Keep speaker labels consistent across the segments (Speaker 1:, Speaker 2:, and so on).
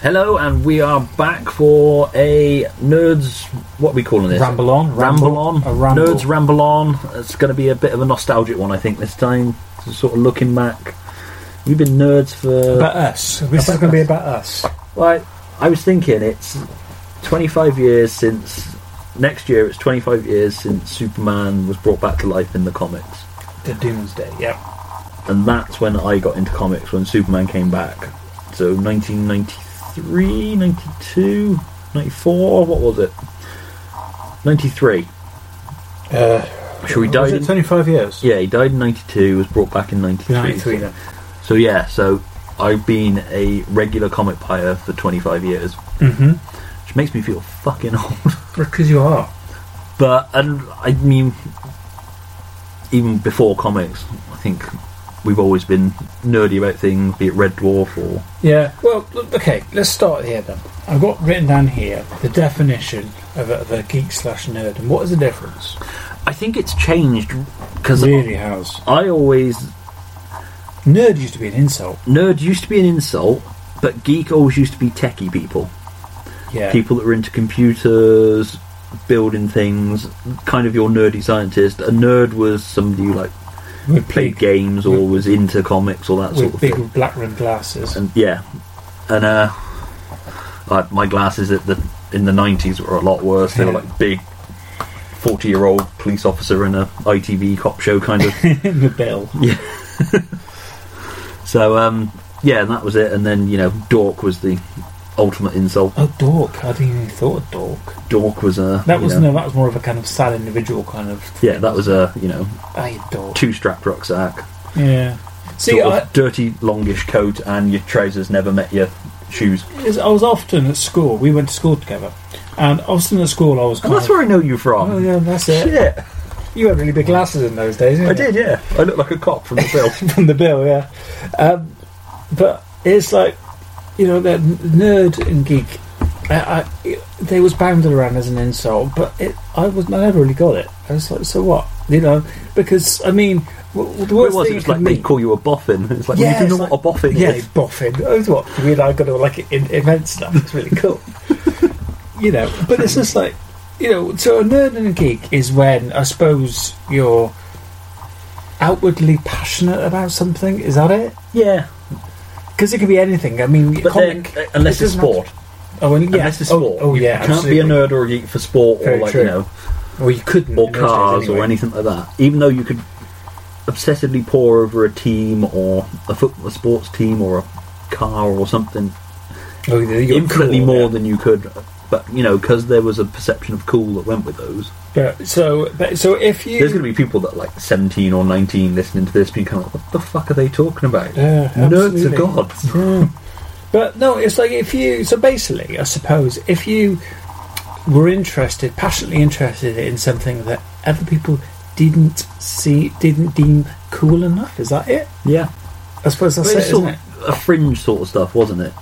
Speaker 1: Hello, and we are back for a nerds. What are we calling this?
Speaker 2: Ramble on,
Speaker 1: Ramble,
Speaker 2: ramble,
Speaker 1: on.
Speaker 2: a ramble.
Speaker 1: Nerds ramble on. It's going to be a bit of a nostalgic one, I think, this time. Sort of looking back. We've been nerds for.
Speaker 2: About us. This is
Speaker 1: About
Speaker 2: going to be
Speaker 1: us.
Speaker 2: about us.
Speaker 1: Like, I was thinking, it's 25 years since. Next year, it's 25 years since Superman was brought back to life in the comics.
Speaker 2: The Doomsday. Yeah.
Speaker 1: And that's when I got into comics, when Superman came back. So 1993, 92, 94, what was it? 93.
Speaker 2: Uh,
Speaker 1: Sure, he
Speaker 2: was
Speaker 1: died.
Speaker 2: it
Speaker 1: In,
Speaker 2: 25 years?
Speaker 1: yeah, he died in 92, was brought back in 93.
Speaker 2: 93 then.
Speaker 1: So, yeah, so I've been a regular comic buyer for 25 years,
Speaker 2: Mm-hmm.
Speaker 1: which makes me feel fucking old.
Speaker 2: Because you are.
Speaker 1: But, and I mean, even before comics, I think we've always been nerdy about things, be it Red Dwarf or.
Speaker 2: Yeah. Well, l- okay, let's start here then. I've got written down here the definition of a, of a geek slash nerd. And what is the difference?
Speaker 1: I think it's changed because
Speaker 2: Really has.
Speaker 1: I always
Speaker 2: Nerd used to be an insult.
Speaker 1: nerd used to be an insult, but geek always used to be techie people,
Speaker 2: Yeah.
Speaker 1: people that were into computers, building things, kind of your nerdy scientist. A nerd was somebody who like
Speaker 2: with
Speaker 1: played
Speaker 2: big,
Speaker 1: games or was into comics or that sort
Speaker 2: with
Speaker 1: of
Speaker 2: big
Speaker 1: thing.
Speaker 2: black rimmed glasses.
Speaker 1: And yeah, and uh, like my glasses at the in the nineties were a lot worse. They were
Speaker 2: Yeah.
Speaker 1: like big. 40 year old police officer in a ITV cop show kind of
Speaker 2: In the bill.
Speaker 1: So um, yeah, and that was it. And then you know, dork was the ultimate insult.
Speaker 2: Oh, dork. I didn't even thought of dork.
Speaker 1: Dork was a
Speaker 2: That was
Speaker 1: you know,
Speaker 2: no, that was more of a kind of sad individual kind of.
Speaker 1: yeah, that was a you know
Speaker 2: I dork.
Speaker 1: two strap rucksack,
Speaker 2: Yeah. See,
Speaker 1: sort
Speaker 2: I,
Speaker 1: of dirty longish coat, and your trousers never met your shoes.
Speaker 2: is I was often at school. We went to school together, and often at school I was.
Speaker 1: And
Speaker 2: Kind
Speaker 1: Oh, that's
Speaker 2: of,
Speaker 1: where I know you from.
Speaker 2: Oh yeah, that's it.
Speaker 1: Shit,
Speaker 2: You had really big glasses in those days. Didn't
Speaker 1: I
Speaker 2: you?
Speaker 1: did. Yeah, I look like a cop from the film.
Speaker 2: from the bill, yeah. Um, but it's like, you know, that nerd and geek. I, I, they was bounded around as an insult, but it, I was I never really got it. I was like, so what, you know? Because I mean, w- w- the
Speaker 1: What
Speaker 2: worst
Speaker 1: was it?
Speaker 2: thing you
Speaker 1: It's
Speaker 2: could
Speaker 1: like they
Speaker 2: mean-
Speaker 1: call you a boffin. It's like well,
Speaker 2: Yeah,
Speaker 1: you do
Speaker 2: it's
Speaker 1: know
Speaker 2: like-
Speaker 1: what a boffin
Speaker 2: yeah,
Speaker 1: is.
Speaker 2: boffin. Oh, it's what we and I got to like in, immense stuff. It's really cool, you know. But it's just like you know. So a nerd and a geek is when I suppose you're outwardly passionate about something. Is that it?
Speaker 1: Yeah,
Speaker 2: Because it could be anything. I mean,
Speaker 1: but then
Speaker 2: comic.
Speaker 1: uh, unless
Speaker 2: it
Speaker 1: it's
Speaker 2: doesn't have
Speaker 1: sport,
Speaker 2: to- oh, and yeah.
Speaker 1: unless it's
Speaker 2: oh,
Speaker 1: sport,
Speaker 2: Oh, yeah.
Speaker 1: you can't be a nerd or a geek for sport
Speaker 2: Very
Speaker 1: or like
Speaker 2: true.
Speaker 1: you know
Speaker 2: Or you couldn't.
Speaker 1: or
Speaker 2: in those days
Speaker 1: cars or
Speaker 2: anyway.
Speaker 1: anything like that. Even though you could obsessively pore over a team or a football a sports team or a car or something
Speaker 2: Oh, you're cool,
Speaker 1: infinitely more
Speaker 2: yeah.
Speaker 1: than you could. But you know, because there was a perception of cool that went with those.
Speaker 2: Yeah, so, but, so if you.
Speaker 1: There's going to be people that are, like 17 or 19 listening to this, being kind of like, "What the fuck are they talking about?
Speaker 2: Yeah,
Speaker 1: Nerds are
Speaker 2: absolutely.
Speaker 1: gods."
Speaker 2: Yeah. But no, it's like if you. So basically, I suppose, if you were interested, passionately interested in something that other people didn't see, didn't deem cool enough, is that it?
Speaker 1: Yeah,
Speaker 2: I suppose that's
Speaker 1: But
Speaker 2: it,
Speaker 1: it's
Speaker 2: isn't
Speaker 1: sort of
Speaker 2: it?
Speaker 1: a fringe sort of stuff, wasn't it?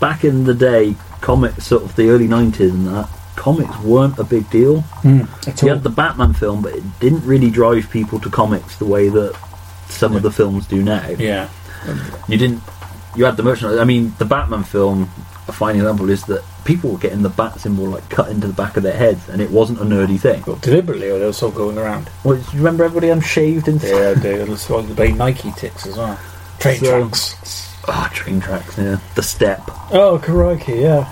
Speaker 1: Back in the day, comics, sort of the early 90s and that, comics weren't a big deal.
Speaker 2: Mm, at
Speaker 1: You
Speaker 2: all.
Speaker 1: had the Batman film, but it didn't really drive people to comics the way that some of the films do now.
Speaker 2: yeah.
Speaker 1: You didn't. You had the merchandise. I mean, the Batman film. A fine example is that people were getting the bat symbol like cut into the back of their heads, and it wasn't a nerdy thing.
Speaker 2: Well, deliberately, or they was all going around.
Speaker 1: Well, do you remember everybody unshaved and stuff?
Speaker 2: Yeah, they look like they play Nike ticks as well. Train
Speaker 1: So-
Speaker 2: tracks.
Speaker 1: Ah, train tracks. Yeah, the step.
Speaker 2: Oh, crikey, yeah.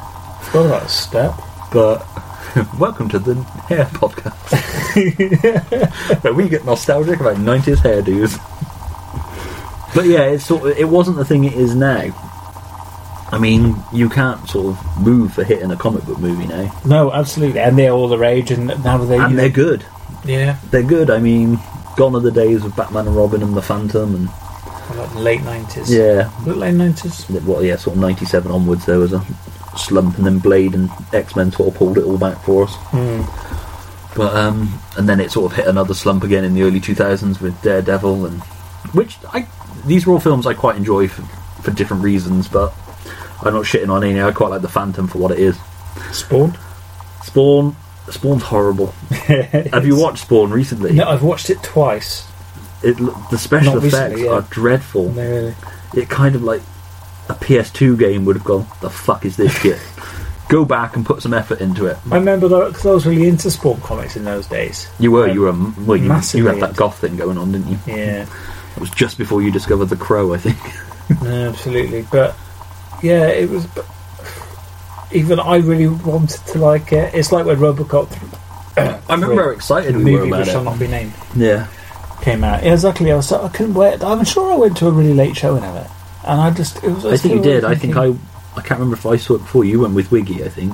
Speaker 2: Forgot about a step.
Speaker 1: But welcome to the hair podcast, where we get nostalgic about '90s hairdos. But yeah, it's sort of, it wasn't the thing it is now. I mean, you can't sort of move for hitting a comic book movie now,
Speaker 2: No, absolutely. And they're all the rage, and now they.
Speaker 1: and they're good.
Speaker 2: Yeah.
Speaker 1: They're good. I mean, gone are the days of Batman and Robin and the Phantom, and
Speaker 2: Like the late 90s.
Speaker 1: yeah,
Speaker 2: Was it late 90s?
Speaker 1: well, yeah, sort of '97 onwards, there was a slump, and then Blade and X Men sort of pulled it all back for us.
Speaker 2: Hmm.
Speaker 1: But um, and then it sort of hit another slump again in the early 2000s with Daredevil, and which I these were all films I quite enjoy for, for different reasons. But I'm not shitting on any. I quite like the Phantom for what it is.
Speaker 2: Spawn?
Speaker 1: Spawn, Spawn's horrible. Have you watched Spawn recently?
Speaker 2: No, I've watched it twice.
Speaker 1: It, l- the special
Speaker 2: Not
Speaker 1: effects
Speaker 2: recently, yeah.
Speaker 1: are dreadful.
Speaker 2: No, really.
Speaker 1: It kind of like a PS2 game would have gone, the fuck is this shit? Go back and put some effort into it.
Speaker 2: I remember that because I was really into sport comics in those days.
Speaker 1: You were,
Speaker 2: Um,
Speaker 1: you were, a- well, you, you
Speaker 2: massively
Speaker 1: had that
Speaker 2: into-
Speaker 1: goth thing going on, didn't you?
Speaker 2: Yeah,
Speaker 1: It was just before you discovered the crow, I think.
Speaker 2: no, absolutely. But yeah, it was. But even I really wanted to like it. It's like when Robocop
Speaker 1: I remember how excited
Speaker 2: the
Speaker 1: we were
Speaker 2: movie
Speaker 1: about
Speaker 2: which shall
Speaker 1: it.
Speaker 2: not be named
Speaker 1: Yeah,
Speaker 2: came out. Yeah, exactly. I was like, I couldn't wait. I'm sure I went to a really late showing of it, and I just it was.
Speaker 1: I think you did. I think I, I can't remember if I saw it before you went with Wiggy. I think,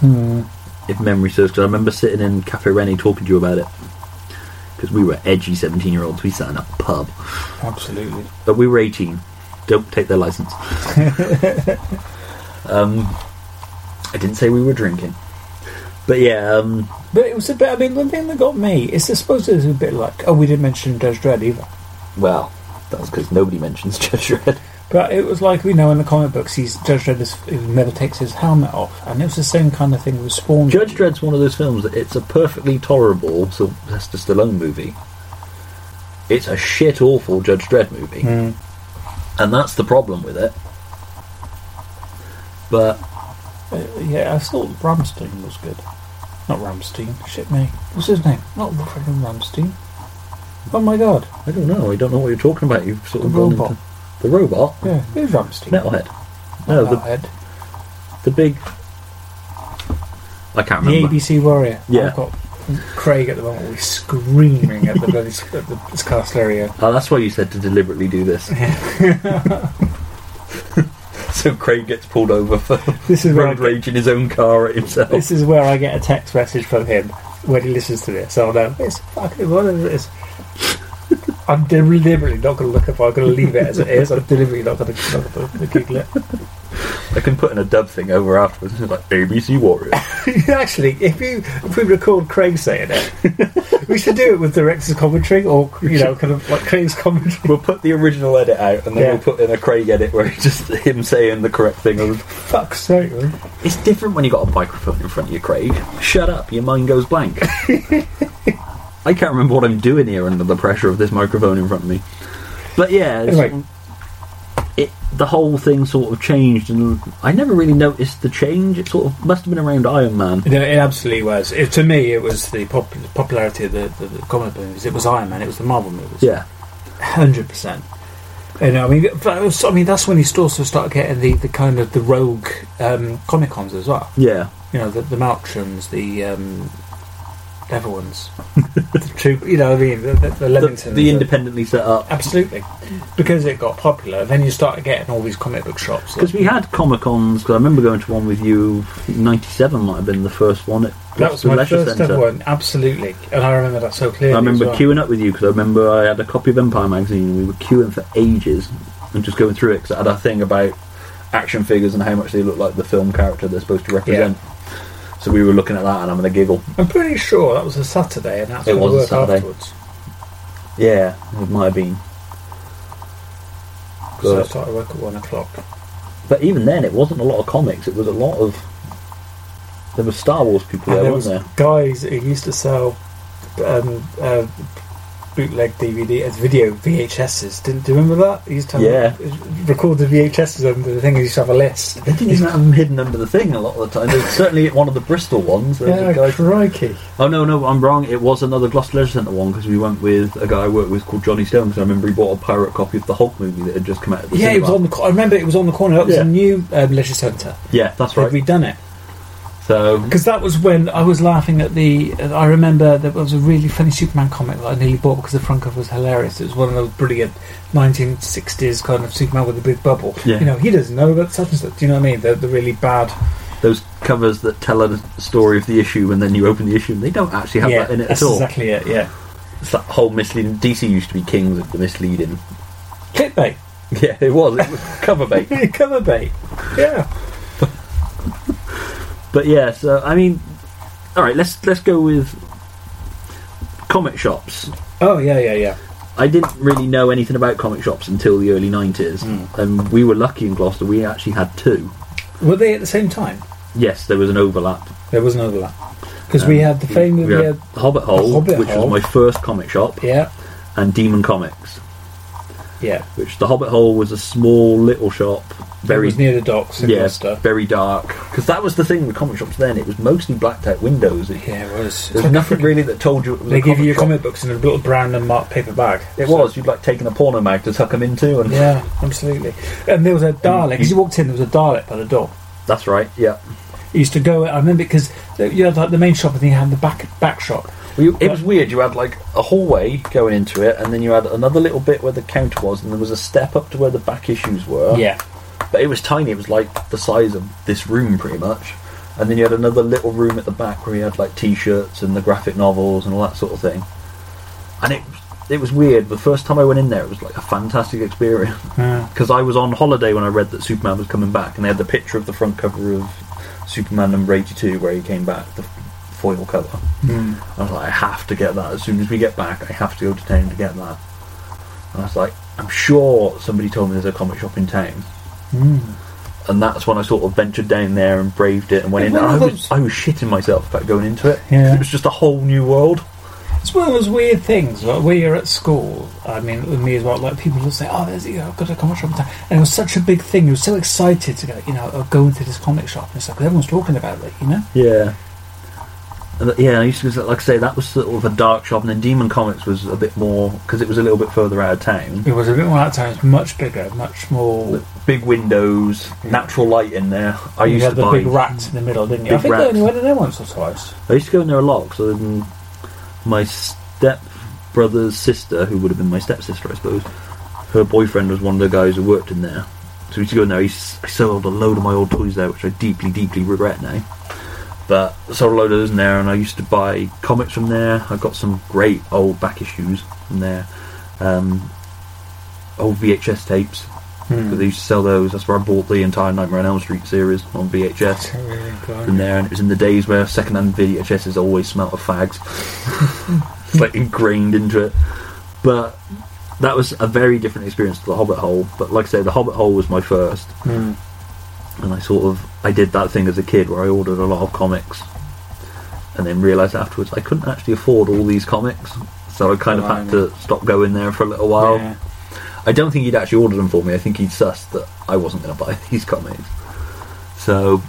Speaker 2: Hmm.
Speaker 1: if memory serves, because I remember sitting in Cafe Rennie talking to you about it. Because we were edgy seventeen-year-olds. We sat in a pub,
Speaker 2: Absolutely.
Speaker 1: but we were eighteen. Don't take their license. um, I didn't say we were drinking, but yeah, um,
Speaker 2: But it was a bit. I mean, the thing that got me is I suppose it was a bit like, oh, we didn't mention Judge Dredd either.
Speaker 1: well, that was because nobody mentions Judge Red.
Speaker 2: But it was like we know in the comic books, he's Judge Dredd is, who never takes his helmet off, and it was the same kind of thing with Spawn.
Speaker 1: Judge Dredd's one of those films that it's a perfectly tolerable Sylvester Stallone movie. It's a shit awful Judge Dredd movie,
Speaker 2: Mm.
Speaker 1: and that's the problem with it. But
Speaker 2: Uh, yeah, I thought Ramstein was good. Not Ramstein. Shit me. What's his name? Not freaking Ramstein. Oh my god.
Speaker 1: I don't know. I don't know what you're talking about. You've sort
Speaker 2: The
Speaker 1: of gone
Speaker 2: robot.
Speaker 1: into the robot
Speaker 2: Yeah, who's Ramstein?
Speaker 1: metalhead. No, the
Speaker 2: Metalhead.
Speaker 1: the big. I can't
Speaker 2: The
Speaker 1: remember.
Speaker 2: ABC Warrior.
Speaker 1: Yeah.
Speaker 2: I've got Craig at the moment. He's screaming at the bloody at the Castle area.
Speaker 1: Oh, that's why you said to deliberately do this. so Craig gets pulled over for
Speaker 2: This is where I
Speaker 1: road
Speaker 2: get-
Speaker 1: rage in his own car at himself.
Speaker 2: This is where I get a text message from him when he listens to this. So I'll know it's fucking whatever it is. I'm deliberately not going to look up. I'm going to leave it as it is. I'm deliberately not going to, not going to Google it.
Speaker 1: I can put in a dub thing over afterwards. It's like ABC Warrior.
Speaker 2: Actually, if you if we record Craig saying it, we should do it with director's commentary or you know kind of like Craig's commentary.
Speaker 1: we'll put the original edit out, and then
Speaker 2: Yeah.
Speaker 1: we'll put in a Craig edit where it's just him saying the correct thing. And-
Speaker 2: Fuck's sake! man.
Speaker 1: It's different when you got a microphone in front of you, Craig. Shut up, your mind goes blank. I can't remember what I'm doing here under the pressure of this microphone in front of me. But yeah, it's-
Speaker 2: Anyway.
Speaker 1: it the whole thing sort of changed, and I never really noticed the change. It sort of must have been around Iron Man.
Speaker 2: No, it absolutely was. It, to me, it was the pop- popularity of the, the, the comic book movies. It was Iron Man. It was the Marvel movies.
Speaker 1: Yeah,
Speaker 2: hundred percent. You know, I mean, but it was- I mean, that's when he also started getting the, the kind of the rogue um, comic cons as well.
Speaker 1: yeah.
Speaker 2: You know, the, the Maltrums, the um, Devil ones, the troop. You know, what I mean, the, the,
Speaker 1: The,
Speaker 2: the Levingtons,
Speaker 1: the independently set up
Speaker 2: Absolutely, because it got popular. Then you started getting all these comic book shops.
Speaker 1: Because we had Comic Cons, I remember going to one with you, I think 97 might have been the first one at
Speaker 2: that was
Speaker 1: Gloucester
Speaker 2: my
Speaker 1: Leisure
Speaker 2: first
Speaker 1: Centre.
Speaker 2: ever one. Absolutely, and I remember that so
Speaker 1: I
Speaker 2: clearly.
Speaker 1: remember
Speaker 2: as well.
Speaker 1: queuing up with you because I remember I had a copy of Empire magazine and we were queuing for ages and just going through it because I had a thing about action figures and how much they look like the film character they're supposed to represent. So we were looking at that and I'm going to giggle.
Speaker 2: I'm pretty sure that was a Saturday, and that's
Speaker 1: It was
Speaker 2: when
Speaker 1: a
Speaker 2: I worked
Speaker 1: Saturday.
Speaker 2: afterwards.
Speaker 1: Yeah, it might have been.
Speaker 2: So I
Speaker 1: Good.
Speaker 2: started work at one o'clock.
Speaker 1: But even then, it wasn't a lot of comics, it was a lot of. There were Star Wars people
Speaker 2: And
Speaker 1: there,
Speaker 2: there was
Speaker 1: wasn't there?
Speaker 2: guys who used to sell um, uh, bootleg DVD as video VHSs. Didn't do you remember that? He used to have
Speaker 1: Yeah.
Speaker 2: record the VHSs under the thing. and He used to have a list.
Speaker 1: They didn't even have them hidden under the thing a lot of the time. There's certainly at one of the Bristol ones. There was a
Speaker 2: Yeah,
Speaker 1: guy-
Speaker 2: crikey!
Speaker 1: Oh no, no, I'm wrong. It was another Gloucester Leisure Centre one because we went with a guy I worked with called Johnny Stone. Because I remember he bought a pirate copy of the Hulk movie that had just come out. At the
Speaker 2: Yeah, it was
Speaker 1: cinema.
Speaker 2: on the. co- I remember it was on the corner. That was
Speaker 1: Yeah.
Speaker 2: a new um, leisure centre.
Speaker 1: Yeah, that's
Speaker 2: Had
Speaker 1: right.
Speaker 2: we done it?
Speaker 1: So
Speaker 2: Because that was when I was laughing at the. uh, I remember there was a really funny Superman comic that I nearly bought because the front cover was hilarious. It was one of those brilliant 1960s kind of Superman with a big bubble.
Speaker 1: Yeah.
Speaker 2: You know, he doesn't know about such and such. Do you know what I mean? The, the really bad.
Speaker 1: those covers that tell a story of the issue, and then you open the issue, and they don't actually have that in it
Speaker 2: that's
Speaker 1: at all.
Speaker 2: exactly it, yeah.
Speaker 1: It's that whole misleading. DC used to be kings of the misleading.
Speaker 2: Clickbait.
Speaker 1: Yeah, it was. It was cover bait.
Speaker 2: Cover bait. Yeah.
Speaker 1: But yeah, so I mean, all right, let's let's go with comic shops.
Speaker 2: Oh, yeah, yeah, yeah.
Speaker 1: I didn't really know anything about comic shops until the early 90s, and we were lucky in Gloucester, we actually had two.
Speaker 2: Were they at the same time?
Speaker 1: Yes, there was an overlap.
Speaker 2: There was an overlap. Because we
Speaker 1: Um,
Speaker 2: had the fame
Speaker 1: we
Speaker 2: of
Speaker 1: had Hobbit Hole,
Speaker 2: Hobbit
Speaker 1: which
Speaker 2: Hole.
Speaker 1: was my first comic shop,
Speaker 2: Yeah.
Speaker 1: and Demon Comics.
Speaker 2: Yeah.
Speaker 1: Which the Hobbit Hole was a small little shop,
Speaker 2: Very
Speaker 1: very
Speaker 2: was near the docks and
Speaker 1: yeah,
Speaker 2: stuff.
Speaker 1: very dark. Because that was the thing with comic shops then. It was mostly blacked out windows. It-
Speaker 2: Yeah, it was.
Speaker 1: There was nothing really that told you it was.
Speaker 2: They
Speaker 1: a
Speaker 2: give you your
Speaker 1: shop.
Speaker 2: comic books in a little brown and marked paper bag.
Speaker 1: It
Speaker 2: So-
Speaker 1: was. You'd like taken a porno mag to tuck them into, and
Speaker 2: Yeah, absolutely. And there was a Dalek. As you walked in, there was a Dalek by the door.
Speaker 1: that's right. Yeah.
Speaker 2: He used to go. I remember because you had like the main shop, and then you had the back back shop.
Speaker 1: Well, you- it was weird. You had like a hallway going into it, and then you had another little bit where the counter was, and there was a step up to where the back issues were.
Speaker 2: Yeah,
Speaker 1: But it was tiny. It was like the size of this room, pretty much. And then you had another little room at the back where you had like T-shirts and the graphic novels and all that sort of thing. And it it was weird. The first time I went in there, it was like a fantastic experience
Speaker 2: Yeah.
Speaker 1: because I was on holiday when I read that Superman was coming back, and they had the picture of the front cover of Superman number eighty-two where he came back, the foil cover.
Speaker 2: Mm.
Speaker 1: I was like, I have to get that as soon as we get back. I have to go to town to get that. And I was like, I'm sure somebody told me there's a comic shop in town.
Speaker 2: Mm.
Speaker 1: And that's when I sort of ventured down there and braved it and went
Speaker 2: And
Speaker 1: in. And
Speaker 2: one
Speaker 1: I
Speaker 2: of
Speaker 1: was,
Speaker 2: those-
Speaker 1: I was shitting myself about going into it. 'cause
Speaker 2: Yeah.
Speaker 1: It was just a whole new world.
Speaker 2: It's one of those weird things like, when you're at school. I mean, with me as well. Like people will say, "Oh, there's you know, I've got a comic shop," in town." and it was such a big thing. You were so excited to go, you know, oh, go into this comic shop and stuff. 'cause everyone's talking about it, you know.
Speaker 1: Yeah. And th- yeah, I used to go, like I say, that was sort of a dark shop. And then Demon Comics was a bit more, because it was a little bit further out of town.
Speaker 2: It was a bit more that time. It's much bigger, much more.
Speaker 1: Big windows, natural light in there. I
Speaker 2: you
Speaker 1: used
Speaker 2: had
Speaker 1: to
Speaker 2: the
Speaker 1: buy
Speaker 2: big rats in the middle, didn't you? I
Speaker 1: Big
Speaker 2: think
Speaker 1: rats.
Speaker 2: they only went in there once or twice.
Speaker 1: I used to go in there a lot because um, my stepbrother's sister, who would have been my stepsister, I suppose, her boyfriend was one of the guys who worked in there. So we used to go in there. He s- I sold a load of my old toys there, which I deeply, deeply regret now. But I sold a load of those in there, and I used to buy comics from there. I got some great old back issues from there. Um, old VHS tapes.
Speaker 2: Hmm.
Speaker 1: But They used to sell those. That's where I bought the entire Nightmare on Elm Street series on VHS
Speaker 2: Oh,
Speaker 1: from there, and it was in the days where secondhand VHSs always smelt of fags. it's like ingrained into it. But that was a very different experience to the Hobbit Hole. But like I say, the Hobbit Hole was my first,
Speaker 2: Mm.
Speaker 1: and I sort of I did that thing as a kid where I ordered a lot of comics, and then realised afterwards I couldn't actually afford all these comics, so I kind of had to stop going there for a little while.
Speaker 2: Yeah.
Speaker 1: I don't think he'd actually ordered them for me. I think he'd sussed that I wasn't going to buy these comics. So,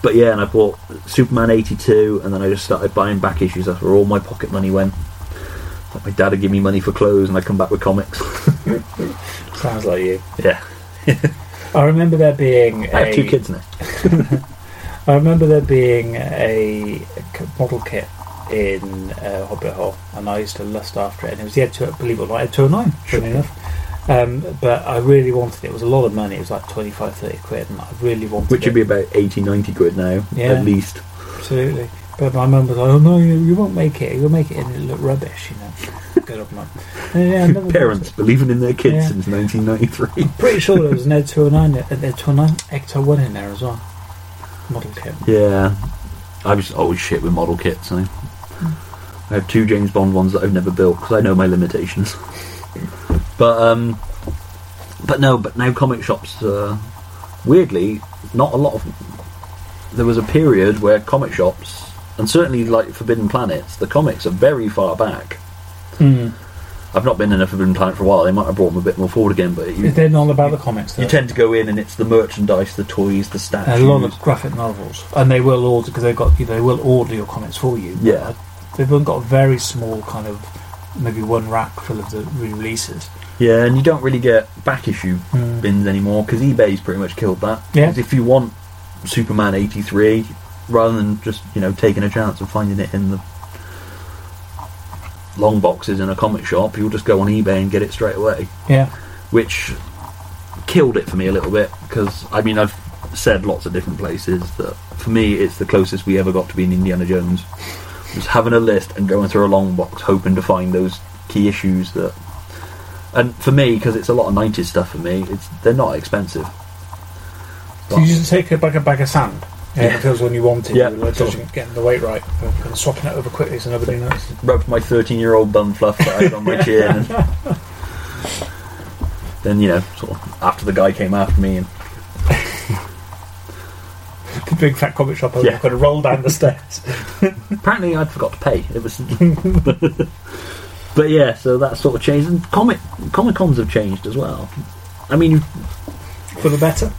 Speaker 1: but yeah, and I bought Superman 82, and then I just started buying back issues. That's where all my pocket money went. Like my dad would give me money for clothes, and I'd come back with comics.
Speaker 2: Sounds like you.
Speaker 1: yeah.
Speaker 2: I remember there being
Speaker 1: I have two
Speaker 2: a-
Speaker 1: kids now.
Speaker 2: I remember there being a k- model kit in uh, Hobbit Hole, and I used to lust after it. And it was the Ed, believe it or not, Ed 209, funny enough. Um, but I really wanted it. It was a lot of money. It was like 25, 30 quid, and I really wanted
Speaker 1: Which
Speaker 2: it.
Speaker 1: would be about 80, 90 quid now,
Speaker 2: Yeah.
Speaker 1: at least.
Speaker 2: Absolutely. But my mum was like, oh no, you, you won't make it. You'll make it and it'll look rubbish, you know. Good old mum. And, yeah, I never
Speaker 1: Parents believing in their kids
Speaker 2: Yeah.
Speaker 1: since 1993.
Speaker 2: Pretty sure there was an Ed 209, an uh, Ed 209 Ecto 1 in there as well. Model kit.
Speaker 1: yeah. I was always shit with model kits. I, I have two James Bond ones that I've never built because I know my limitations. but um, but no, but now comic shops. Uh, weirdly, not a lot of. There was a period where comic shops, and certainly like Forbidden Planets, the comics are very far back. Hmm. I've not been in a Forbidden Planet for a while. They might have brought them a bit more forward again, but you,
Speaker 2: They're not about the comics, though.
Speaker 1: you tend to go in and it's the merchandise, the toys, the
Speaker 2: a
Speaker 1: statues.
Speaker 2: lot of graphic novels, and they will order because they've got they will order your comics for you.
Speaker 1: Yeah.
Speaker 2: they've only got a very small kind of maybe one rack full of the re-releases.
Speaker 1: Yeah, and you don't really get back issue
Speaker 2: Mm.
Speaker 1: bins anymore because eBay's pretty much killed that.
Speaker 2: Yeah.
Speaker 1: 'Cause if you want Superman eighty three, rather than just you know taking a chance and finding it in the long boxes in a comic shop, you'll just go on eBay and get it straight away,
Speaker 2: Yeah,
Speaker 1: which killed it for me a little bit because I mean I've said lots of different places that for me it's the closest we ever got to being Indiana Jones, was having a list and going through a long box hoping to find those key issues that and for me, because it's a lot of '90s stuff for me, it's they're not expensive.
Speaker 2: so you just take a bag, a bag of sand. Yeah,
Speaker 1: Yeah.
Speaker 2: if it was one you wanted,
Speaker 1: Yeah.
Speaker 2: you were like judging- getting the weight right and swapping it over quickly so nobody notices.
Speaker 1: Rubbed my 13-year-old bum fluff that I had on my chin. And then you know, sort of after the guy came after me, and
Speaker 2: The big fat comic shop over
Speaker 1: Yeah.
Speaker 2: going to roll down the stairs.
Speaker 1: apparently I'd forgot to pay. It was But yeah, so that sort of changed. And comic Comic Cons have changed as well. I mean,
Speaker 2: For the better?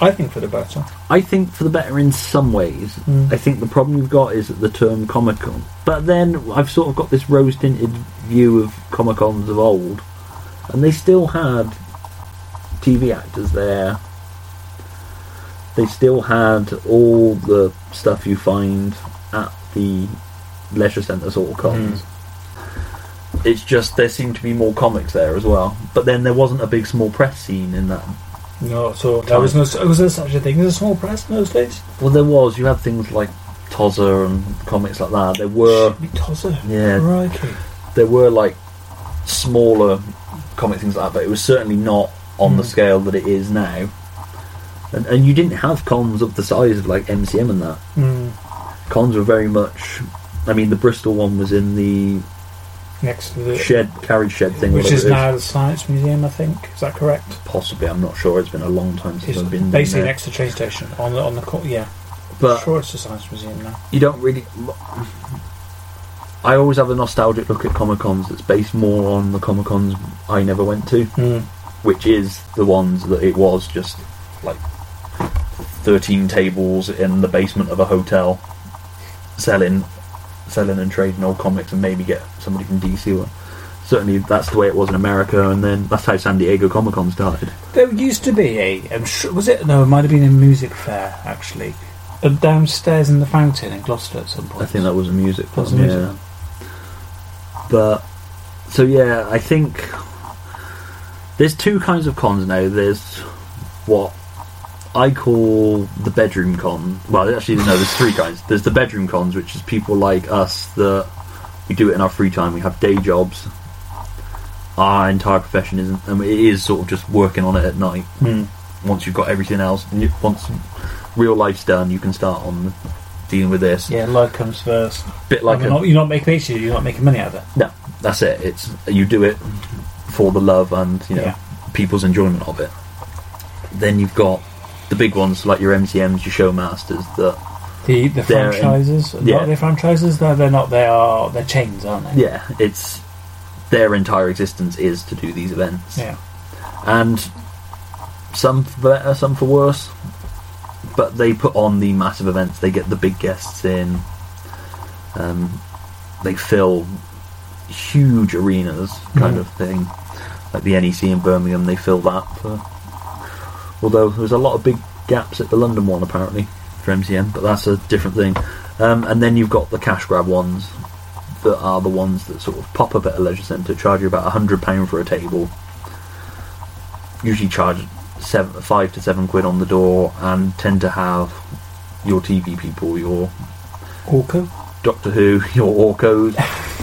Speaker 2: I think for the better.
Speaker 1: I think for the better in some ways.
Speaker 2: Mm.
Speaker 1: I think the problem you've got is that the term Comic Con. But then I've sort of got this rose tinted view of Comic Cons of old, and they still had TV actors there. They still had all the stuff you find at the leisure centre sort of cons. It's just there seemed to be more comics there as well. But then there wasn't a big small press scene in that
Speaker 2: No, so there was no. Was there such a thing as a small press in those days?
Speaker 1: Well, there was. You had things like Tozzer and comics like that. There were,
Speaker 2: Shit, Tosser.
Speaker 1: yeah.
Speaker 2: Crikey.
Speaker 1: there were like smaller comic things like that, but it was certainly not on the
Speaker 2: Mm.
Speaker 1: scale that it is now. And, and you didn't have cons of the size of like MCM and that.
Speaker 2: Mm.
Speaker 1: Cons were very much. I mean, the Bristol one was in the
Speaker 2: Next to the.
Speaker 1: shed carriage shed thing,
Speaker 2: which
Speaker 1: whatever
Speaker 2: is
Speaker 1: it
Speaker 2: now the Science Museum, I think. Is that correct?
Speaker 1: Possibly, I'm not sure. It's been a long time since
Speaker 2: It's
Speaker 1: I've been
Speaker 2: basically
Speaker 1: there.
Speaker 2: next to the train station on the on the co- yeah.
Speaker 1: But
Speaker 2: sure, it's the Science Museum now.
Speaker 1: you don't really. I always have a nostalgic look at Comic Cons that's based more on the Comic Cons I never went to,
Speaker 2: Mm.
Speaker 1: which is the ones that it was just like 13 tables in the basement of a hotel selling selling and trading old comics and maybe get somebody from DC one. Certainly that's the way it was in America and then that's how San Diego Comic Con started.
Speaker 2: There used to be a, I'm sure, was it? No, it might have been a music fair actually, uh, downstairs in the fountain in Gloucester at some point.
Speaker 1: I think that was a music
Speaker 2: That was
Speaker 1: one,
Speaker 2: a music
Speaker 1: yeah. But so yeah, I think there's two kinds of cons now. There's what I call the bedroom con. Well, actually, no, there's three kinds. There's the bedroom cons, which is people like us that we do it in our free time. We have day jobs. Our entire profession isn't, and it is sort of just working on it at night.
Speaker 2: Mm.
Speaker 1: Once you've got everything else, and you- once real life's done, you can start on dealing with this.
Speaker 2: Yeah, love comes first.
Speaker 1: Bit
Speaker 2: Like
Speaker 1: like a,
Speaker 2: you're, not, you're not making pictures, you're not making money out of it.
Speaker 1: no, that's it. It's you do it for the love and you know
Speaker 2: Yeah.
Speaker 1: people's enjoyment of it. Then you've got the big ones like your MCMs, your Showmasters. That
Speaker 2: The the
Speaker 1: They're in-
Speaker 2: franchises,
Speaker 1: yeah.
Speaker 2: not their franchises. No, they're not. They are they're chains, aren't they?
Speaker 1: yeah, it's their entire existence is to do these events,
Speaker 2: Yeah.
Speaker 1: and some for better, some for worse. But they put on the massive events. They get the big guests in. Um, they fill huge arenas, kind
Speaker 2: Mhm.
Speaker 1: of thing. Like the NEC in Birmingham, they fill that. For, although there's a lot of big gaps at the London one apparently for MCM, but that's a different thing. Um, and then you've got the cash grab ones that are the ones that sort of pop up at a leisure centre, charge you about hundred pound for a table. Usually charge seven, five to seven quid on the door, and tend to have your TV people, your
Speaker 2: Orca.
Speaker 1: Doctor Who, your Orcos.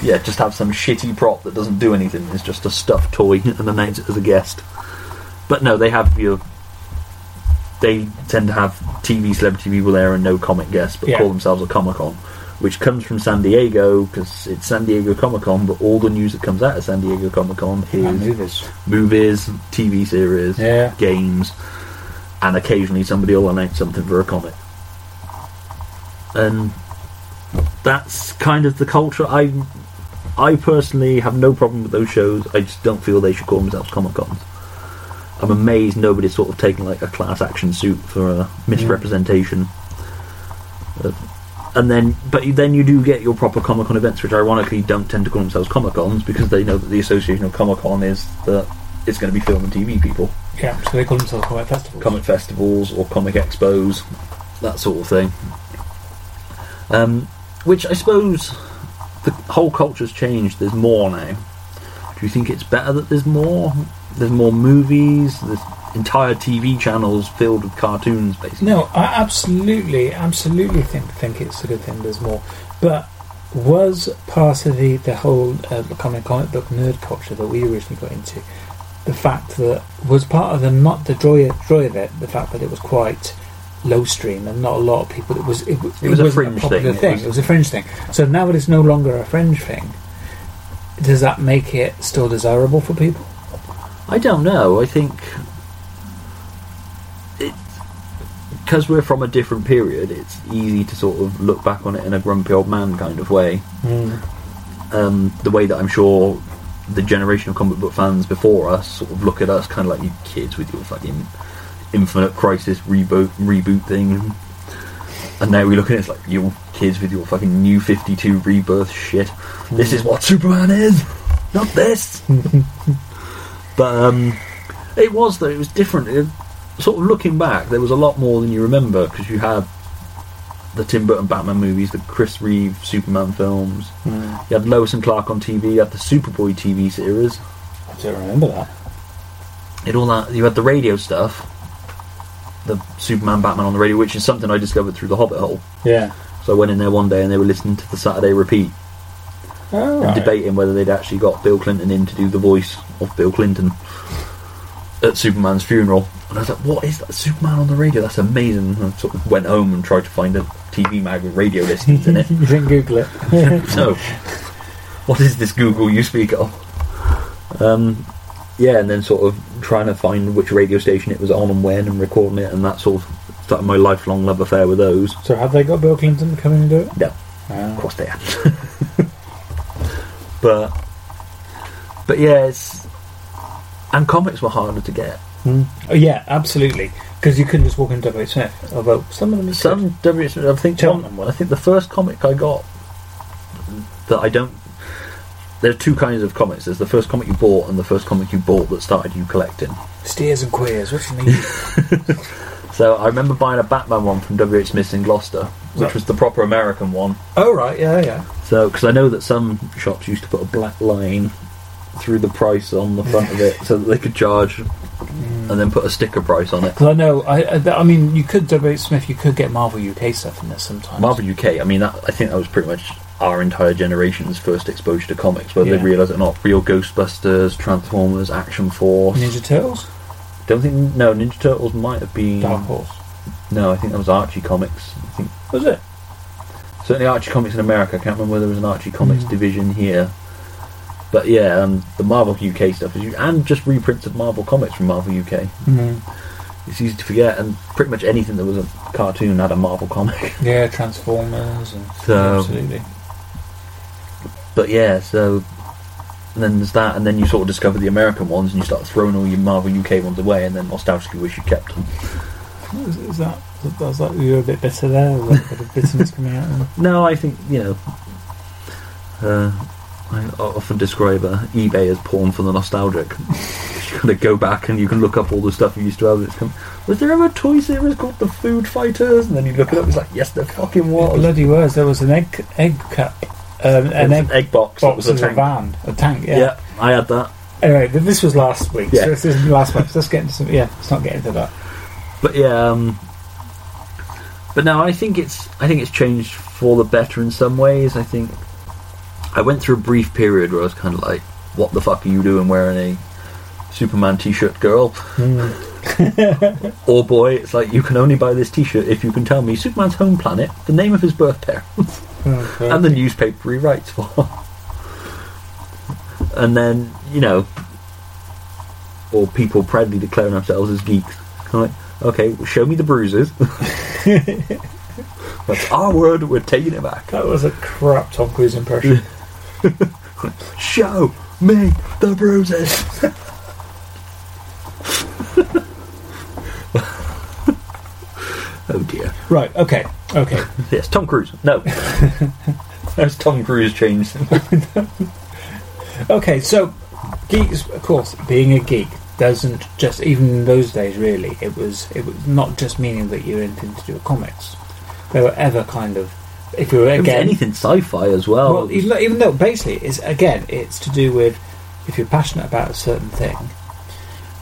Speaker 1: Yeah, just have some shitty prop that doesn't do anything. It's just a stuffed toy and announce it as a guest. But no, they have your. They tend to have TV celebrity people there and no comic guests, but
Speaker 2: Yeah.
Speaker 1: call themselves a Comic Con, which comes from San Diego because it's San Diego Comic Con, but all the news that comes out of San Diego Comic Con is
Speaker 2: And movies.
Speaker 1: movies, TV series,
Speaker 2: Yeah.
Speaker 1: games, and occasionally somebody will announce something for a comic. And that's kind of the culture. I, I personally have no problem with those shows. I just don't feel they should call themselves comic cons. I'm amazed nobody's sort of taken like a class action suit for a misrepresentation. of- and then, but you- then you do get your proper Comic Con events, which ironically don't tend to call themselves Comic Cons because they know that the association of Comic Con is that it's going to be film and TV people
Speaker 2: Yeah. So they call themselves comic festivals.
Speaker 1: comic festivals or comic expos, that sort of thing. Um, which I suppose the whole culture's changed. There's more now. Do you think it's better that there's more? There's more movies. There's entire TV channels filled with cartoons, basically.
Speaker 2: No, I absolutely, absolutely think think it's a good thing. There's more, but was part of the the whole uh, comic comic book nerd culture that we originally got into the fact that was part of the not the joy joy of it the fact that it was quite low stream and not a lot of people it was it, w-
Speaker 1: It was a
Speaker 2: wasn't
Speaker 1: fringe
Speaker 2: popular
Speaker 1: thing, it was.
Speaker 2: It was a fringe thing. So now it is no longer a fringe thing. Does that make it still desirable for people?
Speaker 1: I don't know. I think it because we're from a different period. It's easy to sort of look back on it in a grumpy old man kind of way. um, the way that I'm sure the generation of comic book fans before us sort of look at us kind of like you kids with your fucking Infinite Crisis reboot reboot thing. And now we look at it, it's like you kids with your fucking new 52 rebirth shit. This is what Superman is, not this. but um, it was though. It was different. It, sort of looking back, there was a lot more than you remember because you had the Tim Burton Batman movies, the Chris Reeve Superman films. You had Lois and Clark on TV. You had the Superboy TV series.
Speaker 2: I don't remember that.
Speaker 1: It all that you had the radio stuff, the Superman Batman on the radio, which is something I discovered through the Hobbit hole.
Speaker 2: Yeah.
Speaker 1: So I went in there one day and they were listening to the Saturday repeat
Speaker 2: Oh,
Speaker 1: and debating whether they'd actually got Bill Clinton in to do the voice of Bill Clinton at Superman's funeral. And I was like, what is that? Superman on the radio? That's amazing. And I sort of went home and tried to find a TV mag with radio listings in it.
Speaker 2: you didn't Google it.
Speaker 1: so, what is this Google you speak of? Um, yeah, and then sort of trying to find which radio station it was on and when and recording it, and that sort of started my lifelong love affair with those.
Speaker 2: So have they got Bill Clinton to come in and do it?
Speaker 1: No, of
Speaker 2: Uh,
Speaker 1: course they have. but, but yeah, it's. And comics were harder to get.
Speaker 2: oh, yeah, absolutely. Because you couldn't just walk into WSF. Although Oh, some of them you
Speaker 1: Some W. I think
Speaker 2: Cheltenham
Speaker 1: one, I think the first comic I got that I don't. There are two kinds of comics. There's the first comic you bought and the first comic you bought that started you collecting.
Speaker 2: could. steers and queers. What's the meaning?
Speaker 1: So I remember buying a Batman one from W. H. Smith's in Gloucester, which
Speaker 2: Right.
Speaker 1: was the proper American one.
Speaker 2: oh right, yeah, yeah.
Speaker 1: So because I know that some shops used to put a black line through the price on the front of it, so that they could charge, and then put a sticker price on it.
Speaker 2: Because I know, I, I, that- I mean, you could W. H. Smith, you could get Marvel UK stuff in there sometimes.
Speaker 1: Marvel UK. I mean, that, I think that was pretty much our entire generation's first exposure to comics, whether
Speaker 2: Yeah.
Speaker 1: they realised it or not. Real Ghostbusters, Transformers, Action Force.
Speaker 2: Ninja Turtles,
Speaker 1: Don't think no Ninja Turtles might have been.
Speaker 2: Dark Horse.
Speaker 1: No, I think that was Archie Comics. I think
Speaker 2: Was it?
Speaker 1: certainly Archie Comics in America. I can't remember whether there was an Archie Comics division here. But yeah, um, the Marvel UK stuff is and just reprints of Marvel comics from Marvel UK.
Speaker 2: Mm.
Speaker 1: It's easy to forget, and pretty much anything that was a cartoon had a Marvel comic.
Speaker 2: Yeah, Transformers and
Speaker 1: So-
Speaker 2: absolutely.
Speaker 1: But yeah, so and then there's that, and then you sort of discover the American ones, and you start throwing all your Marvel UK ones away, and then nostalgically wish you kept them.
Speaker 2: Is, is that was that you were a bit bitter there? Was that a bit of bitterness coming out? There?
Speaker 1: No, I think you know. Uh, I o- often describe uh, eBay as porn for the nostalgic. you kind of go back and you can look up all the stuff you used to have. It's come, was there ever a toy series called the Food Fighters? And then you look it up. It's like yes, there fucking
Speaker 2: What
Speaker 1: was.
Speaker 2: bloody words? There was an egg egg cup, um,
Speaker 1: It was
Speaker 2: an
Speaker 1: an
Speaker 2: egg
Speaker 1: egg box. It
Speaker 2: box
Speaker 1: was a
Speaker 2: as a
Speaker 1: tank.
Speaker 2: van, a tank. Yeah.
Speaker 1: yeah. I had that.
Speaker 2: Anyway, th- this was last week.
Speaker 1: Yeah.
Speaker 2: So this is last week. So let's get into some. Yeah, let's not get into that.
Speaker 1: But yeah, um, but no, I think it's I think it's changed for the better in some ways. I think I went through a brief period where I was kind of like, "What the fuck are you doing wearing a Superman T-shirt, girl or boy?" It's like you can only buy this T-shirt if you can tell me Superman's home planet, the name of his birth parents,
Speaker 2: Okay.
Speaker 1: and the newspaper he writes for. and then you know, or people proudly declaring themselves as geeks. Kind of like, okay, well, show me the bruises. That's our word. We're taking it back.
Speaker 2: that was a crap Tom Cruise impression.
Speaker 1: Show me the bruises. oh dear.
Speaker 2: right. Okay. Okay.
Speaker 1: Yes, Tom Cruise. No. That's Tom Cruise changed.
Speaker 2: Okay, so geeks, of course, being a geek doesn't just even in those days really. It was it was not just meaning that you're anything to do with comics. They were ever kind of if you were
Speaker 1: It was
Speaker 2: again
Speaker 1: anything sci-fi as well.
Speaker 2: well, even though, even though basically it's again it's to do with if you're passionate about a certain thing,